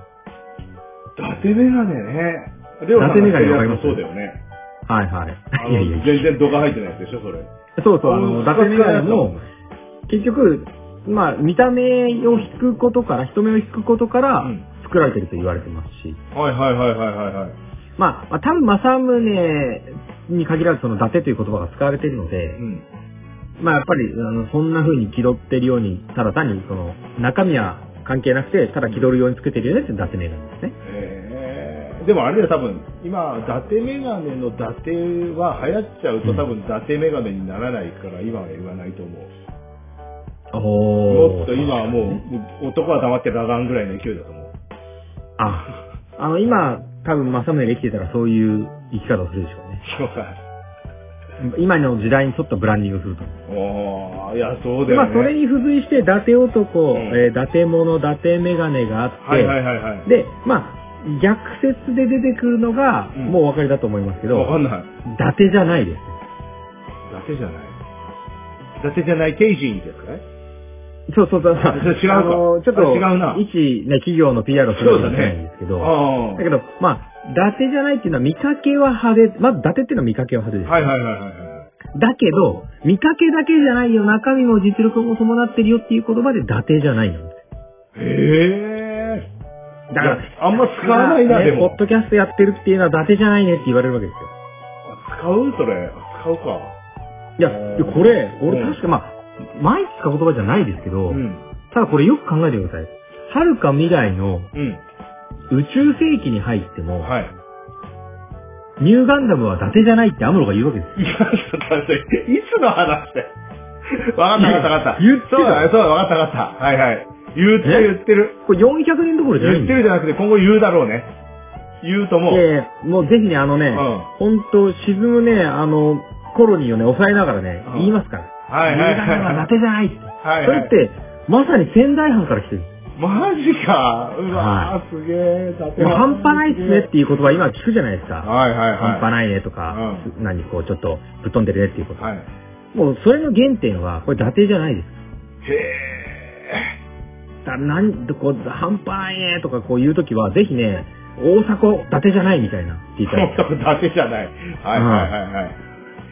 伊達メガネね。レ
伊達メガネわかります
そうだよね。
はいはい
あ。
いやい
の、
やいや。
全然度が入ってないやつでしょ、それ。
そうそう、あの、伊達メガネ
の
も、結局、まあ、見た目を引くことから、人目を引くことか
う
ら
ん、
作られてると言われてますし、
はいはいはいはいはいはい。
まあ、まあ、多分正宗に限らずその伊達という言葉が使われているので
う、ん。
まあやっぱり、あの、そんな風に気取ってるように、ただ単にその、中身は関係なくて、ただ気取るようにつけてるよねって伊達メガネですね。
えーでもあれだよ、多分、今、伊達メガネの伊達は流行っちゃうと、
うん
多分、伊達メガネにならないから、今は言わないと思う。
お
もっと今はもう、男は黙ってラガンぐらいの勢いだと思う。
あ、あの、今、多分正宗が生きてたらそういう生き方をするでしょうね。
そうか。
今の時代に沿ったブランディングをすると思
お
う。
ー、いや、そうだ
ま
よ
あ、
ね。
それに付随して、伊達男、
うん
えー伊達物、伊達メガネがあって、
はいはいはいはい。
で、まあ、逆説で出てくるのが、
うん
もうお分かりだと思いますけど、
わかんない。
伊達じゃないです。
伊達じゃない。伊達じゃない、ケイジンですかね。
そうそうそう。
違うか
あの、ちょ
あ
っと、
違うな
一、ね、企業の PR をするわけじゃないんですけ
あ
ど、
あ。
だ
はい
けど、まあ、伊達じゃないっていうのは見かけは派手、まあ、伊達っていうのは見かけは派手です。
はいはいはいはい。
だけど、見かけだけじゃないよ、中身も実力も伴ってるよっていう言葉で伊達じゃないなんです。
へえ。
だから、
いや、あんま使わないな、
ね
でも
ポッ。ドキャストやってるっていうのは伊達じゃないねって言われるわけですよ。
使うそれ。使うか。
いや、
うん
でこれ、俺
うん
確かまあ、毎日使う言葉じゃないですけど、
うん。
ただこれよく考えてください。遥か未来の
うん。
宇宙世紀に入っても、
はい。
ニューガンダムは伊達じゃないってアムロが言うわけですよ。
いや、ちょっと待って、いつの話だよ。わかったわかったわかった。
言ってた
そうだね、そうだ、わかったわかった。はいはい。言ってる言ってる。
これ400年どころじゃな
言
いん
って
です
るじゃなくて、今後言うだろうね。言うと思う。
よ。で、もうぜひね、あのね、
うん。は
ほんと沈むね、あの、コロニーをね、抑えながらね、
うん
言いますから。
いはい
ニューガンダムは
は
伊達じゃないって。
い。はいはい。
それって、まさに仙台藩から来てる。
マジか。うわー、すげえ。だって
半端ないっすねっていう言葉今聞くじゃないですか。
はいはいはい。
半端ないねとか、何こうちょっとぶっ飛んでるねっていうこと。
はい。
もうそれの原点は、これ伊達じゃないです。
へえ。
だなんこう半端ないねとかこう言うときは、ぜひね、大迫伊達じゃないみたいなって言っ たら、
そうだけじゃない。はいはいはいはい。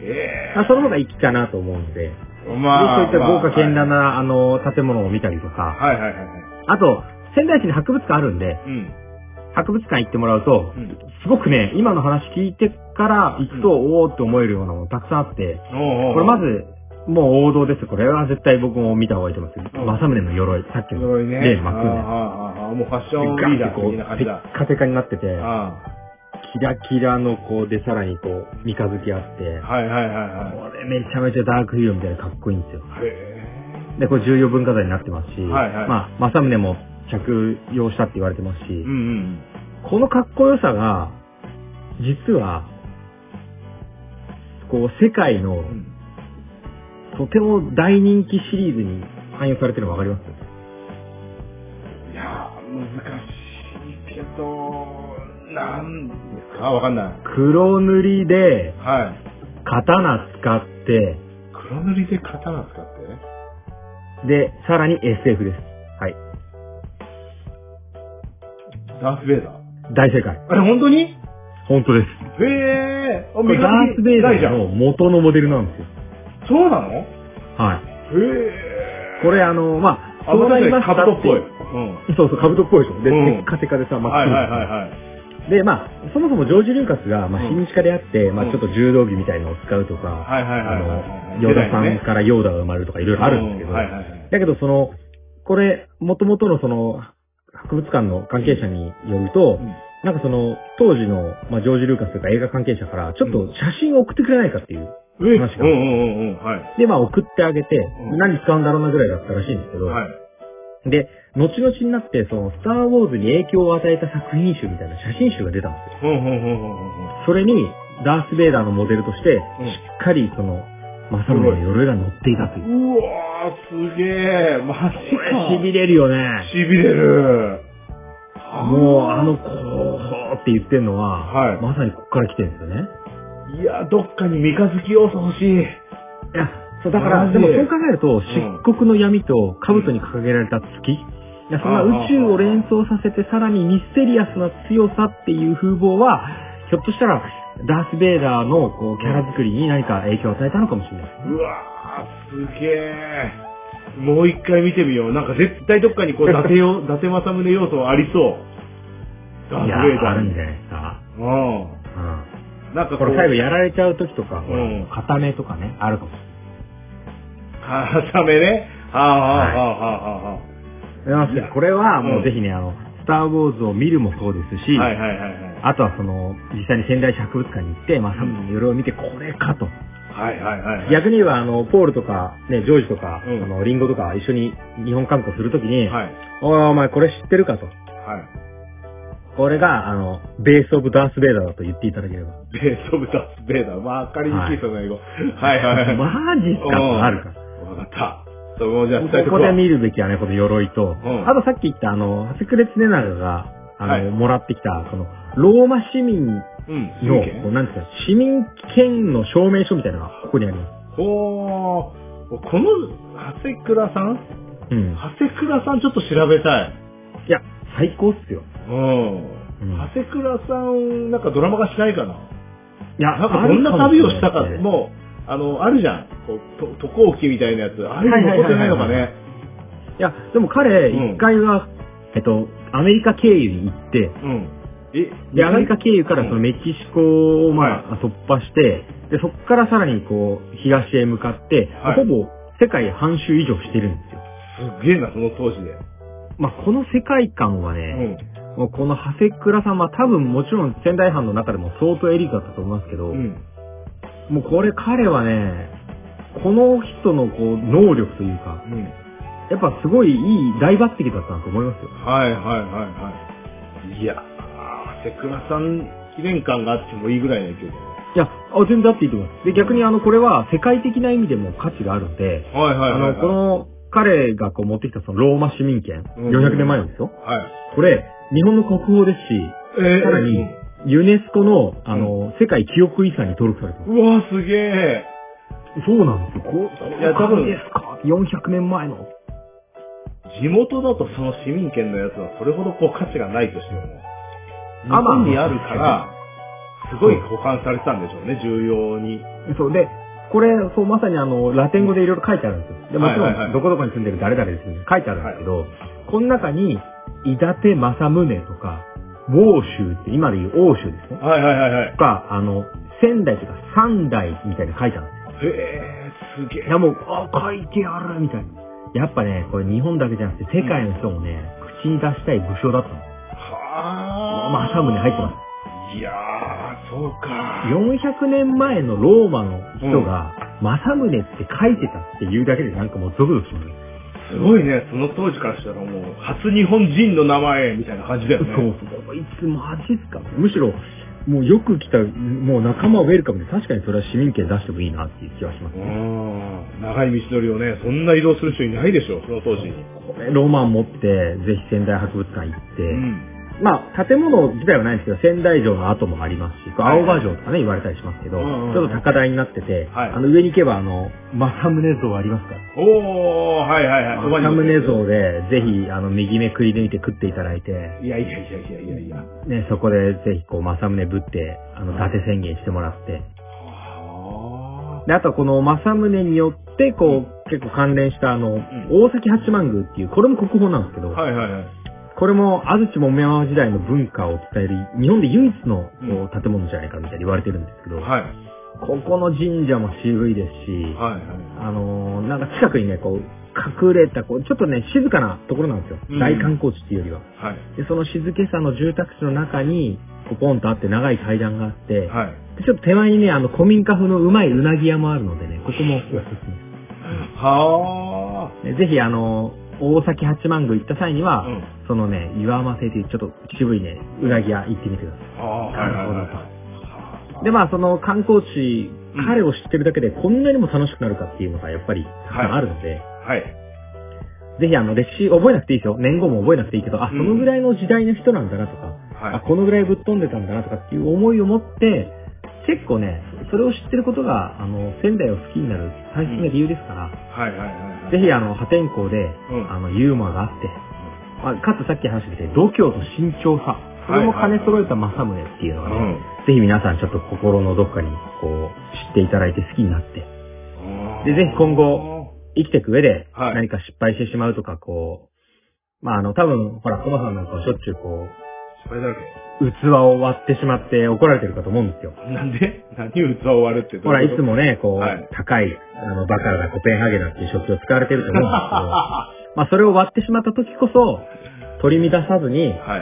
へ
あその方がいいかなと思うんで、
え。まあ。
でそういった豪華絢爛
まあ
な、あの、建物を見たりとか、
はいはいはいはい。
あと、仙台市に博物館あるんで、
うん。
博物館行ってもらうと
う、ん。
すごくね、今の話聞いてから行くと、おーって思えるようなものたくさんあって、
おうおう
これまず、もう王道です。これは絶対僕も見た方がいいと思います
う
よ。
ん
正宗の鎧、さっき
す
の
ごいね。
例の真っ
あ
黒
あああああもうファッション
ガ
リー
ッ
ダ
て
ー
こ
的な
う、
感
テ
じだ。
ッカテカになってて、
ああ。
キラキラのこうで、さらにこう、三日月あって、
はいはいはいは
これめちゃめちゃダークヒーローみたいでかっこいいんですよ。
い。へ
で、これ重要文化財になってますし、
はいはい
まあ、正宗も着用したって言われてますし、
え。うんうん。
このかっこよさが、実は、こう、世界の
うん
とても大人気シリーズに反映されてるの分かります
いやー、難しいけど、なんですかわかんない。
黒塗りで、
はい。
刀使って、
黒塗りで刀使って
で、さらに SF です。はい。
ダースベイダー。
大正解。
あれ、本当にへ
本当です。
え。あ、
これダース・ベイダ
ないじゃ
ー
ん。
の元のモデルなんですよ。
そうなのへ
はい。
え。
これあの、まあ、
あの
り
確か
ま
に
した
カブ
てい
トっぽい。う。
うんそうそう、兜っぽいでしょ。で、
うん
テッカテカでさ、まっ
は
す
い
ぐ。
はいはいはい。
で、まあ、そもそもジョージ・ルーカスが、まあ、
うん
新日家であって、まあ、
うん
ちょっと柔道着みたいのを使うとか、
はいはい
あ
はいはいはい。
の、ヨダさんからヨーダが生まれるとかいろいろあるんですけど、
うはいはいはい。
だけどその、これ、元々のその、博物館の関係者によると、
うん
なんかその、当時の、まあ、ジョージ・ルーカスとか映画関係者から、ちょっと写真を送ってくれないかっていう。
えうん
確か
うん
に
うんうん。はい。
で、まあ、送ってあげて、
うん
何使うんだろうなぐらいだったらしいんですけど、
はい。
で、後々になって、その、スター・ウォーズに影響を与えた作品集みたいな写真集が出たんですよ。
うんうんうんうんうん。
それに、ダース・ベイダーのモデルとして、
うん
しっかりその、マサムの鎧が乗っていたという。
うわー、すげえ。 マジ
これ、
か。
痺れるよね。
しびれる。
もう、あの、こうって言ってんのは、
はい
まさにここから来てるんですよね。
いや、どっかに三日月要素欲しい。
いや、そう、だから、
マジ
でもそう考えると、
ん
漆黒の闇と兜に掲げられた月、いやそんな宇宙を連想させて、さらにミステリアスな強さっていう風貌は、ひょっとしたら、ダース・ベイダーのこうキャラ作りに何か影響を与えたのかもしれない。
うわー、すげえ。もう一回見てみよう。なんか絶対どっかにこう、伊達 よ、伊達政宗要素ありそう。ダー
い
ス
や
ベイダー。
あるんじゃないですか。
う
うん。
ん。なんかこ
ほ
う
ら、、最後やられちゃう時とか、ほら
うん、
固めとかね、あるかもしれない。
挟めね。はあはあはあはあはあ。
なのでこれはも
うん
うぜひね、あの、スター・ウォーズを見るもそうですし、
はいはいはいはい。
あとはその、実際に仙台市博物館に行って、まあ、サムの夜を見て、これかと。
はいはいはいはい。
逆に言えば、あの、ポールとか、ね、ジョージとか、
うん
あの、リンゴとか一緒に日本観光するときに、
はい。
おいお前これ知ってるかと。
はい。
これが、あの、ベースオブダースベイダーだと言っていただければ。
ベースオブダースベイダー。わかりにくいその英語。はいはいはい。わ
マジっすか
うん
とあるから。
かった。そこじゃあ伝えと
こ
こ
こ
う
で見るべきはね、この鎧と、
うん
あとさっき言った、あの、ハセクレツネナガが、あの、
はい
もらってきた、この、ローマ市民の、
うん。真
こうなんですか、市民権の証明書みたいなのがここにありま
ほー。この、長谷倉さん
す。うん。
長谷倉さんちょっと調べたい。
いや、最高っすよ。
うん。
うん
長谷倉さん、なんかドラマがしないかな。
いや、
なんかどんな旅をしたか
あ、るもしれないですね
もう、あの、あるじゃん。こう、と渡航記みたいなやつ。あれに残ってないのか
はいはいはいは
ね。
いや、でも彼、
うん
一回は、えっと、アメリカ経由に行って、
うん。え、
で、アメリカ経由からそのメキシコを、まあ、突破して、で、そこからさらにこう、東へ向かって、
はい
ほぼ世界半周以上してるんですよ。
すげえな、その当時で。
まあ、この世界観は
う
ね、
ん。
もうこの長谷倉さんは多分もちろん仙台藩の中でも相当エリートだったと思いますけど、
うん。
もうこれ彼はね、この人のこう、能力というか、
うん。
やっぱすごいいい大抜擢だったなと思いますよ。
はいはいはいはい。いやー、セクラさん記念館があってもいいぐらいの勢いだね。
いや、あ全然だっていいと思います。で、逆にあの、これは世界的な意味でも価値があるんで、
はいは
あの、この、彼がこう持ってきたそのローマ市民権、
うん
400年前のですよ。
はい。
これ、日本の国宝ですし、
えー、
さらに、ユネスコの、あの、世界記憶遺産に登録されてま
うんうわー、すげえ。
す。そうなんですよ。こ
いや多分
これですか ?400 年前の。
地元だとその市民権のやつはそれほどこう価値がないとしても、日
あまあ
本にあるから、すごい保管されてたんでしょうね、重要に。
そう、で、これ、そう、まさにあの、ラテン語でいろいろ書いてあるんですよ。で、もちろ
はいはいはい
ん、どこどこに住んでる誰々ですね。書いてあるんですけど、この中に、伊達政宗とか、欧州って、今で言う欧州ですね。
はいはいはいはい
と。か、あの、仙台とか三代みたいに書いてある
へえ、す
んで
げえ。
すよ。いやもう、あ、書いてあるみたいな。やっぱね、これ日本だけじゃなくて、世界の人もね、口に出したい武将だったの。
はあ。
まあ、政宗入ってます。
いやー、そうか。
400年前のローマの人が、正宗って書いてたっていうだけでなんかもうゾクゾクします。
すごいね、その当時からしたらもう、初日本人の名前みたいな感じだよね。
そうそう。いつマジっすかむしろ、もうよく来た、もう仲間をウェルカムで、確かにそれは市民権出してもいいなっていう気はします
う
ね。
ん。長い道のりをね、そんな移動する人いないでしょ、その当時に。
これロマン持って、ぜひ仙台博物館行って、
ん。
まあ、建物自体はないんですけど、仙台城の跡もありますし、こう青葉城とかね、言われたりしますけど、
うんうんうん
ちょっと高台になってて、
はい
あの上に行けば、あの、正宗像ありますから。
おー、はいはいはい。
正宗像で、ぜひ、あの、右目くり抜いて食っていただいて、
いやいやいやいやいやいや。
ね、そこでぜひこう、正宗ぶって、あの、伊達宣言してもらって。
は
で、あとはこの正宗によって、こう、結構関連したあ
ん
の、大崎八幡宮っていう、これも国宝なんですけど、
ーはいはいはい。
これも安土桃山時代の文化を伝える、日本で唯一の
う
こう建物じゃないかみたいに言われてるんですけど、
はい。
ここの神社も渋いですし、
はいはい。
あのーなんか近くにね、こう、隠れた、こう、ちょっとね、静かなところなんですよ。
うん
大観光地っていうよりは。
はい。
で、その静けさの住宅地の中に、こうポンとあって長い階段があって、
はい。
でちょっと手前にね、あの、古民家風のうまいうなぎ屋もあるのでね、ここもおすす
は
め。でぜひ、あの、大崎八幡宮行った際に
ー。
は、
うん。
そのね、岩間製というちょっと渋いね、うなぎ屋行ってみてくださ。
あー、はいはいはい
で、まあ、その観光地
うん、
彼を知ってるだけでこんなにも楽しくなるかっていうのがやっぱりたくさんあるので、
い。はい。
ぜひあの歴史覚えなくていいですよ。年号も覚えなくていいけど、あ、
う
そ
ん
のぐらいの時代の人なんだなとか、
はい。
あ、このぐらいぶっ飛んでたんだなとかっていう思いを持って、結構ね、それを知ってることが、あの、仙台を好きになる大切な理由ですから、
はいはいはいはい。
ぜひあの、破天荒で、
ん
あの、ユーモアがあって、まあ、かつさっき話してて、度胸と慎重さ、それも兼ね揃えた正宗っていうの
う
はね、
ん。
ぜひ皆さんちょっと心のどっかに、こう、知っていただいて好きになって、でぜひ今後。生きていく上で、
はい
何か失敗してしまうとか、こう、まあ、あの、多分、ほら、コマさんなんかはしょっちゅうこ
それだらけ。
う、器を割ってしまって怒られてるかと思うんですよ。
なんで何器を割るって
ほら、いつ
も。
もね、こう、
はい
高い、あの、バカラだ、コペンハーゲンだっていう食器を使われてると思 うんですけど、まあ、それを割ってしまった時こそ、取り乱さずに、
は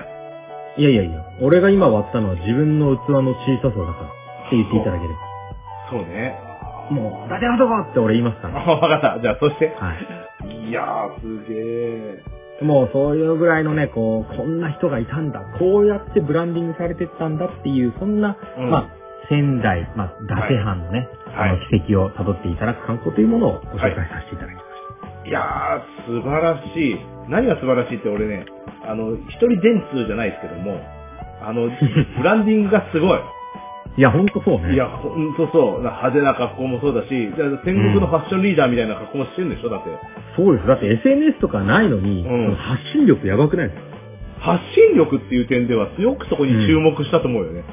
い。
いやいやいや、俺が今割ったのは自分の器の小ささだから、って言っていただければ。
そうね。
もう、だてなとこって俺言いますから。
あ、わかった。じゃあ、そして。
はい。
いやー、すげー。
もうそういうぐらいのね、こう、こんな人がいたんだ、こうやってブランディングされてったんだっていう、そんな、
うん
まあ、仙台、まあ、伊達藩のね、
はい
あの奇跡を辿っていただく観光というものをご紹介させていただきまし
いやー、素晴らしい。何が素晴らしいって俺ね、あの、一人電通じゃないですけども、あ の、ブランディングがすごい。
た。いや、ほんとそうね。
いや、ほんとそう。な派手な格好もそうだし、だから戦国のファッションリーダーみたいな格好もしてるんでしょだって。
そうです。だって SNS とかないのに、
うん
発信力やばくないですか
発信力っていう点では、よくそこに注目したと思うよね。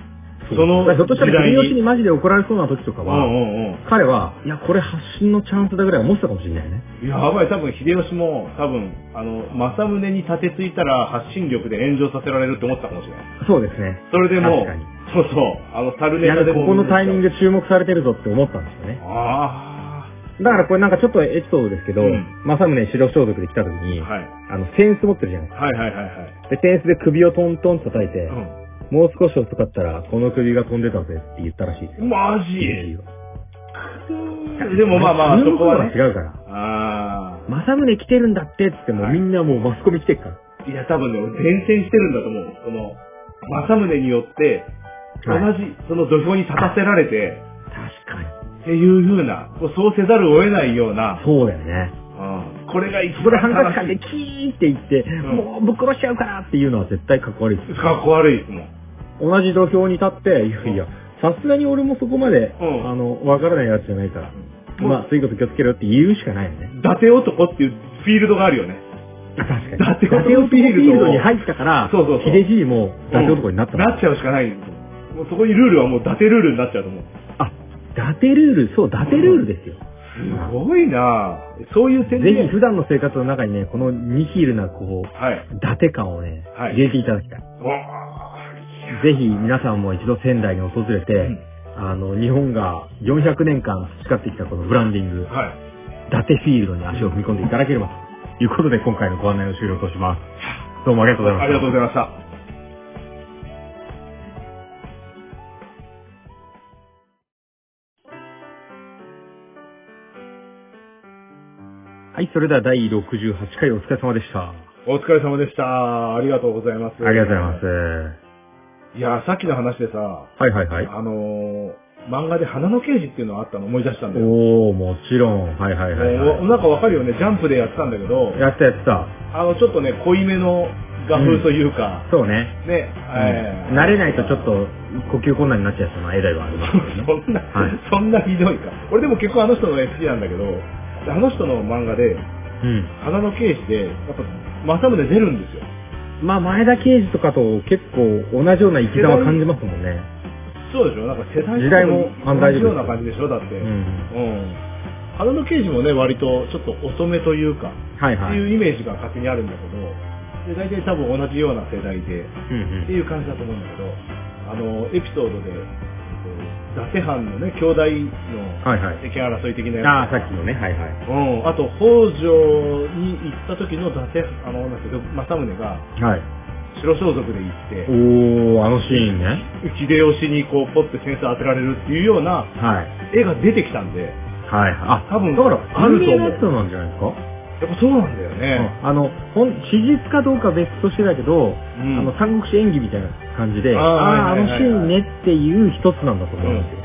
その
だからひょっとしたら
時代に
国吉にマジで怒られそうな時とか
うん
は、
うんうん。
彼は、いや、これ発信のチャンスだぐらい思ってたかもしれないね。
やばい、多分秀吉も、多分、あの、正宗に立てついたら発信力で炎上させられるって思ってたかもしれない。
そうですね。
それでもう
確かに、
そうそう、あの、猿
い
ネ
や、
タで
こ
も。
このタイミング。で注目されてるぞって思ったんですよね。
あ
だからこれなんかちょっとエピソードですけど、
うん
正宗白装束で来た時に、
あ。はい。
あの、扇子持ってるじゃないで
はいはいはいはい。
すか。で、扇子で首をトントンと叩いて、
う
もう少し遅かったら、この首が飛んでたぜって言ったらしいですよ。
ん。マジ
い
でもまあまあ、そこはね。
違うから。
あ
正宗来てるんだってってっても
は
う
い
みんなもうマスコミ来てるから。
あ。いや、多分ね、伝染してるんだと思う。その、正宗によって、同
はい
じ、その土俵に立たせられて、
確かに。
っていう風な、こうそうせざるを得ないような、
そうだよね。
うん。これが一
そこで
番
ハンカチかん
正
で
し
キーって言って、
ん
もうぶっ殺しちゃうからっていうのは絶対かっこ悪いです
い。。かっこ悪いですもん。
同じ土俵に立って、いやいや、さすがに俺もそこまで、
うん
あの、わからないやつじゃないから、
うん
まあ、そういうこと気をつけろって言うしかないよね。
伊達男っていうフィールドがあるよね。
確かに。
伊達男
オ
フィールドを
に入ったから、
そうそうそう
秀じいも伊達男になったの、
なっちゃうしかない。もうそこにルールはもう伊達ルールになっちゃうと思う。
あ、伊達ルール、そう、伊達ルールですよ。
すごいなぁ。そういう点
ぜ
で。
ひ普段の生活の中にね、このニヒールな、こう、
はい。
伊達感をね、
はい
入れていただきたい。
うわ
ぜひ皆さんも一度仙台に訪れて、
うん
あの、日本が400年間培ってきたこのブランディング
ぁ、はい。
伊達フィールドに足を踏み込んでいただければということで今回のご案内を終了とします。どうもありがとうございました。
ありがとうございました。
はい、それでは第68回お疲れ様でした。
お疲れ様でした。ありがとうございます。
ありがとうございます。
す。いや、さっきの話でさ、
はいはいはい。
あのー、漫画で花の刑事っていうのがあったの思い出したんだよ。
おー、もちろん。はいはいはい、
もう
は
なんかわかるよね、ジャンプでやってたんだけど
い。、やったやった。
あの、ちょっとね、濃いめの画風というか、
そうね。
ね、えー
慣れないとちょっと呼吸困難になっちゃうその絵ではありますけど ね。
そんな、
はい
そんなひどいか。俺でも結構あの人の絵好きなんだけど、あの人の漫画で、
うん。
花の刑事で、やっぱ、正宗出るんですよ。
まあ前田刑事とかと結構同じような生き様を感じますもんね。
そうでしょなんか世代
時代も
同
反対
じ
です
ような感じでしょだって。
う
うん。
ん。
花の刑事もね、割とちょっと遅めというか、
はい
って
はい。
いうイメージが勝手にあるんだけど、で、大体多分同じような世代で、
うん
っていう感じだと思うんだけど、あの、エピソードで、えっと伊達藩のね、兄弟
うん。
の
はいはい。
意見争い的なやつ。
ああ、さっきのね、はいはい。
うん、あと、北条に行った時の伊達、あの、なんだけど、政宗が
はい。
白装束で行って、
おー、あのシーンね。
秀吉にこう、ポッて扇子当てられるっていうような
はい。
絵が出てきたんで、や
はい。あ、
多分
だから、
あ
あ
る
る
と
と
思う
思う。なんじゃないですか、
っぱそうなんだよね。
うんあの、ほん、史実かどうかは別としてだけど、
うん
あの、三国志演技みたいな感じで、
あー
ああー、
は
あ
いはい
の
はい
シ
はい
ーンねっていう一つなんだと思うんですよ。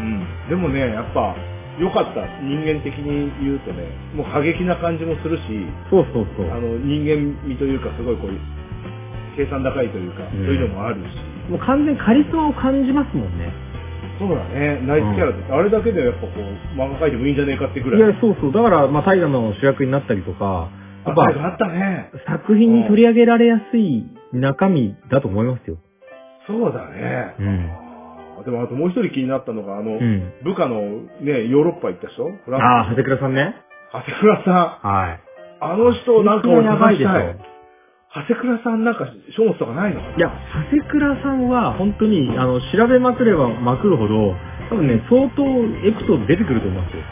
うんでもね、やっぱ、良かった。人間的に言うとね、もう過激な感じもするし、
そうそうそ
あ
う。
の、人間味というか、すごいこういう、計算高いというか、
ん
そういうのもあるし、
もう完全にカリスマを感じますもんね。
そうだね、ナイスキャラだって、あれだけでやっぱこう、漫画描いてもいいんじゃねえかってぐ
い
らい。
や、そうそう。だから、まあ、大河の主役になったりとか、
あ
やっ
なんか
ぱ、
あったね。
作品に取り上げられやすい中身だと思いますよ。
そうだね。
うん。
あーでもあともう一人気になったのが、あの、
うん。
部下のね、ヨーロッパ行った人フラン
ああ、長谷倉さんね。
ス。長谷倉さ
はい。
ん。あの人なんか俺
やば
探
い
し
でしょ
たい。。長谷倉さんなんか書物とかないの
いや、長谷倉さんは本当に、あの、調べまくればまくるほど、多分ね、相当エピソード出てくると思いますよ。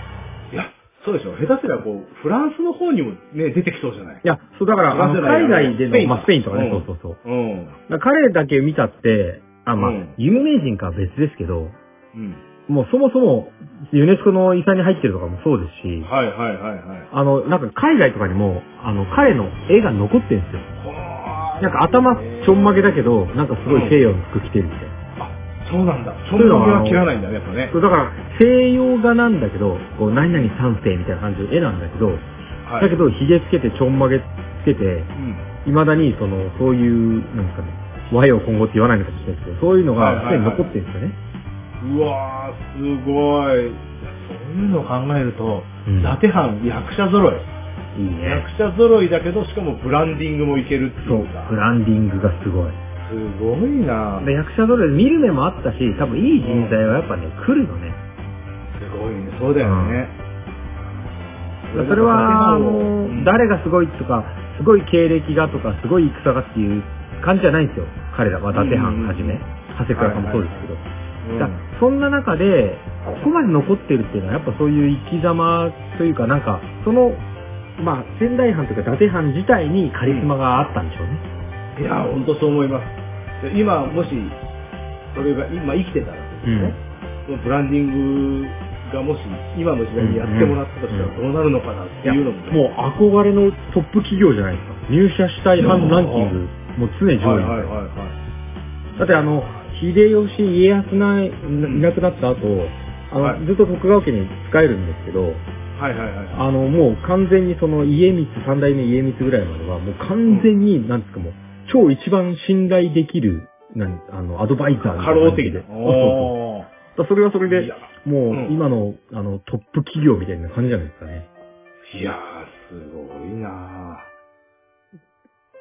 いや、そうでしょ。下手すりゃこう、フランスの方にもね、出てきそうじゃない
いや、そうだから、あ
フ
の、
ランス
海
だよ
外で
スペイン
の、まあ、スペインとかね、
うん
そうそうそ
う
う。
ん。
だから彼だけ見たって、あ、まあ
うん、
有名人かは別ですけど、
うん。
もうそもそも、ユネスコの遺産に入ってるとかもそうですし、
はいはいはいはい。
あの、なんか海外とかにも、あの、彼の絵が残ってるんですよ。なんか頭ちょんまげだけ
ど。
ど、なんかすごい西洋の服着てるみたいな。
そうなんだ。ちょんまげは切らないんだね、やっぱね
そ。うだから、西洋画なんだけど、こう、何々三世みたいな感じの絵なんだけど、
はい。
だけど、髭つけて、ちょんまげつけて、
うん。
未だに、その、そういう、なんですかね、和洋混合って言わないのかもしれないですけど、そういうの
はい
が、
はい
常に
はい
残ってるんですよね。
うわー、すごい。いやそういうのを考えると、
うん
伊達藩役者揃い。
いいね。
役者揃いだけど、しかもブランディングもいけるって
そ
いううか、。
ブランディングがすごい。
すごいな
で役者ぞれ見る目もあったし、多分いい人材はやっぱね、来るのね。
すごいね。そうだよね。
だからそれは、あ
う
の
ん、
誰がすごいとか、すごい経歴がとか、すごい戦がっていう感じじゃないんですよ。彼らは、伊達藩はじ
う
め
ん、
長谷川さんもそうですけど。
うん
だからそんな中で、ここまで残ってるっていうのは、やっぱそういう生き様というか、なんか、その、まあ、仙台藩というか、伊達藩自体にカリスマがあったんでしょうね。
いや、本当そう思います。で今、もし、それが今生きてたらですね、そのブランディングがもし今の時代にやってもらったとしたらどうなるのかなっていうのも、
もう憧れのトップ企業じゃないですか。入社したい藩ランキング、もう常に上
はい
位。
はいはいはい。
だってあの、秀吉、家康ない、いなくなった後、あの、
はい
ずっと徳川家に仕えるんですけど、
はいはいはいはい。
あの、もう完全にその家光、三代目家光ぐらいまでは、もう完全に、なんですかもう、超一番信頼できる、なんあの、アドバイザーみたいな
過労的
で。
で。
そうそ
お
う
ー
そう。だからそれはそれ
い
で
や、
も
うん
う今の、あの、トップ企業みたいな感じじゃないですかね。
いやー、すごいな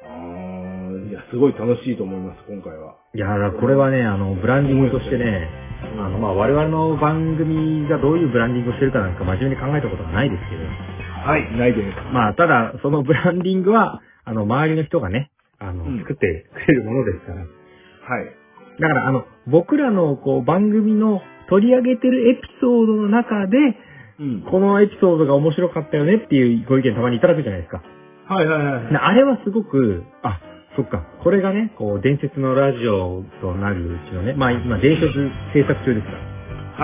ーあーいや、すごい楽しいと思います、今回は。
いやー、だからこれはね、あの、ブランディングとしてね、
うん
あの、まあ、我々の番組がどういうブランディングをしてるかなんか真面目に考えたことはないですけど、
はい、ないです。
まあ、ただ、そのブランディングは、あの、周りの人がね、あの、
うん
作ってくれるものですから。
はい。
だから、あの、僕らの、こう、番組の取り上げてるエピソードの中で、
うん。
このエピソードが面白かったよねっていうご意見たまにいただくじゃないですか。
はいはいはいはい。
であれはすごく、あ、そっか、これがね、こう、伝説のラジオとなるうちのね、まあ、今、伝説制作中ですから。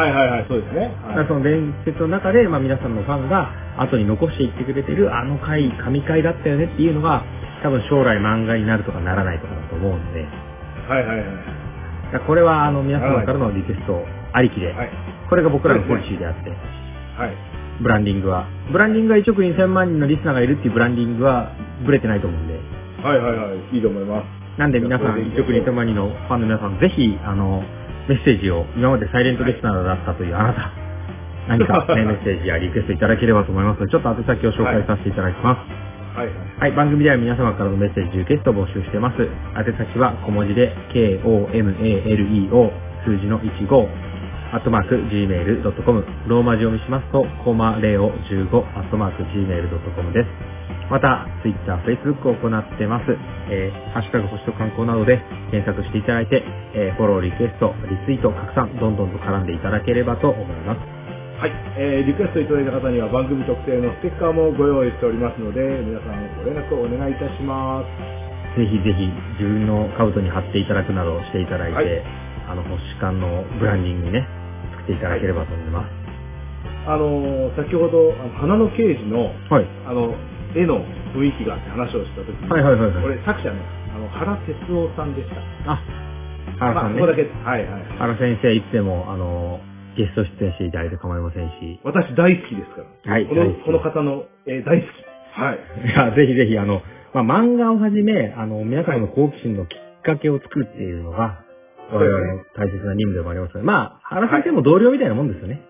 はいはいはい、そうですね。
だからその伝説の中で、まあ、皆さんのファンが後に残していってくれてるあの回、神回だったよねっていうのが、多分将来漫画になるとかならないとかだと思うんで、
はいはいはい。
だからこれはあの皆様からのリクエストありきで、
はい。
これが僕らのポリシーであって、
はい。
ブランディングは。ブランディングは1億2000万人のリスナーがいるっていうブランディングはブレてないと思うんで、
はいはいはい。いいと思います。
なんで皆さん、1億2000万人のファンの皆さん、ぜひ、あの、メッセージを、今までサイレントリスナーだったというあなた、何か、ね、メッセージやリクエストいただければと思いますので、ちょっと宛先を紹介させていただきます。
はいはい。
はい、番組では皆様からのメッセージ受け付けを募集してます。宛先は小文字で、k-o-m-a-l-e-o、数字の15、アットマーク gmail.com、ローマ字を見しますと、コマレオ15、アットマーク gmail.com です。また、Twitter、Facebook を行ってます。えー、ハッシュタグ星と観光などで検索していただいて、えーフォロー、リクエスト、リツイート、拡散、どんどんと絡んでいただければと思います。
はい、えーリクエストいただいた方には番組特製のステッカーもご用意しておりますので、皆さんご連絡をお願いいたします。
ぜひぜひ自分の兜に貼っていただくなどしていただいて、
はい
あの、星間のブランディングにね、作っていただければと思いま
あのー、先ほど、あの花の刑事の、
す。はい。
あの、絵の雰囲気があって話をしたときに、
はいはいはい
こ
はい。
れ作者ね、あの、原哲夫さんでした。
あ、原さ
まあ、
んね
ここだけ、はいはい。
原先生いつでも、あの、ゲスト出演していただいて構いませんし、
私大好きですから。
はい
こ
大
の
好き、
この方の、えー大好き。 はい。
いや、ぜひぜひ、あの、まあ、漫画をはじめ、あの、皆様の好奇心のきっかけを作るっていうのが、我々の大切な任務でもありますので、まあ、原先生も同僚みたいなもんですよね。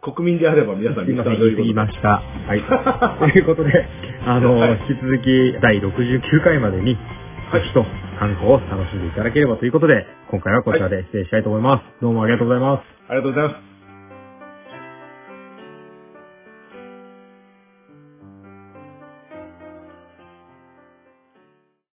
国民であれば皆さん
すい
見
ま
た
せん、
とい
言いう過
こと
ぎました。 はい。ということで、あの、
はい
引き続き第69回までに、星と観光を楽しんでいただければということで、今回はこちらで失礼したいと思います。どうもありがとうございます。
ありがとうございます。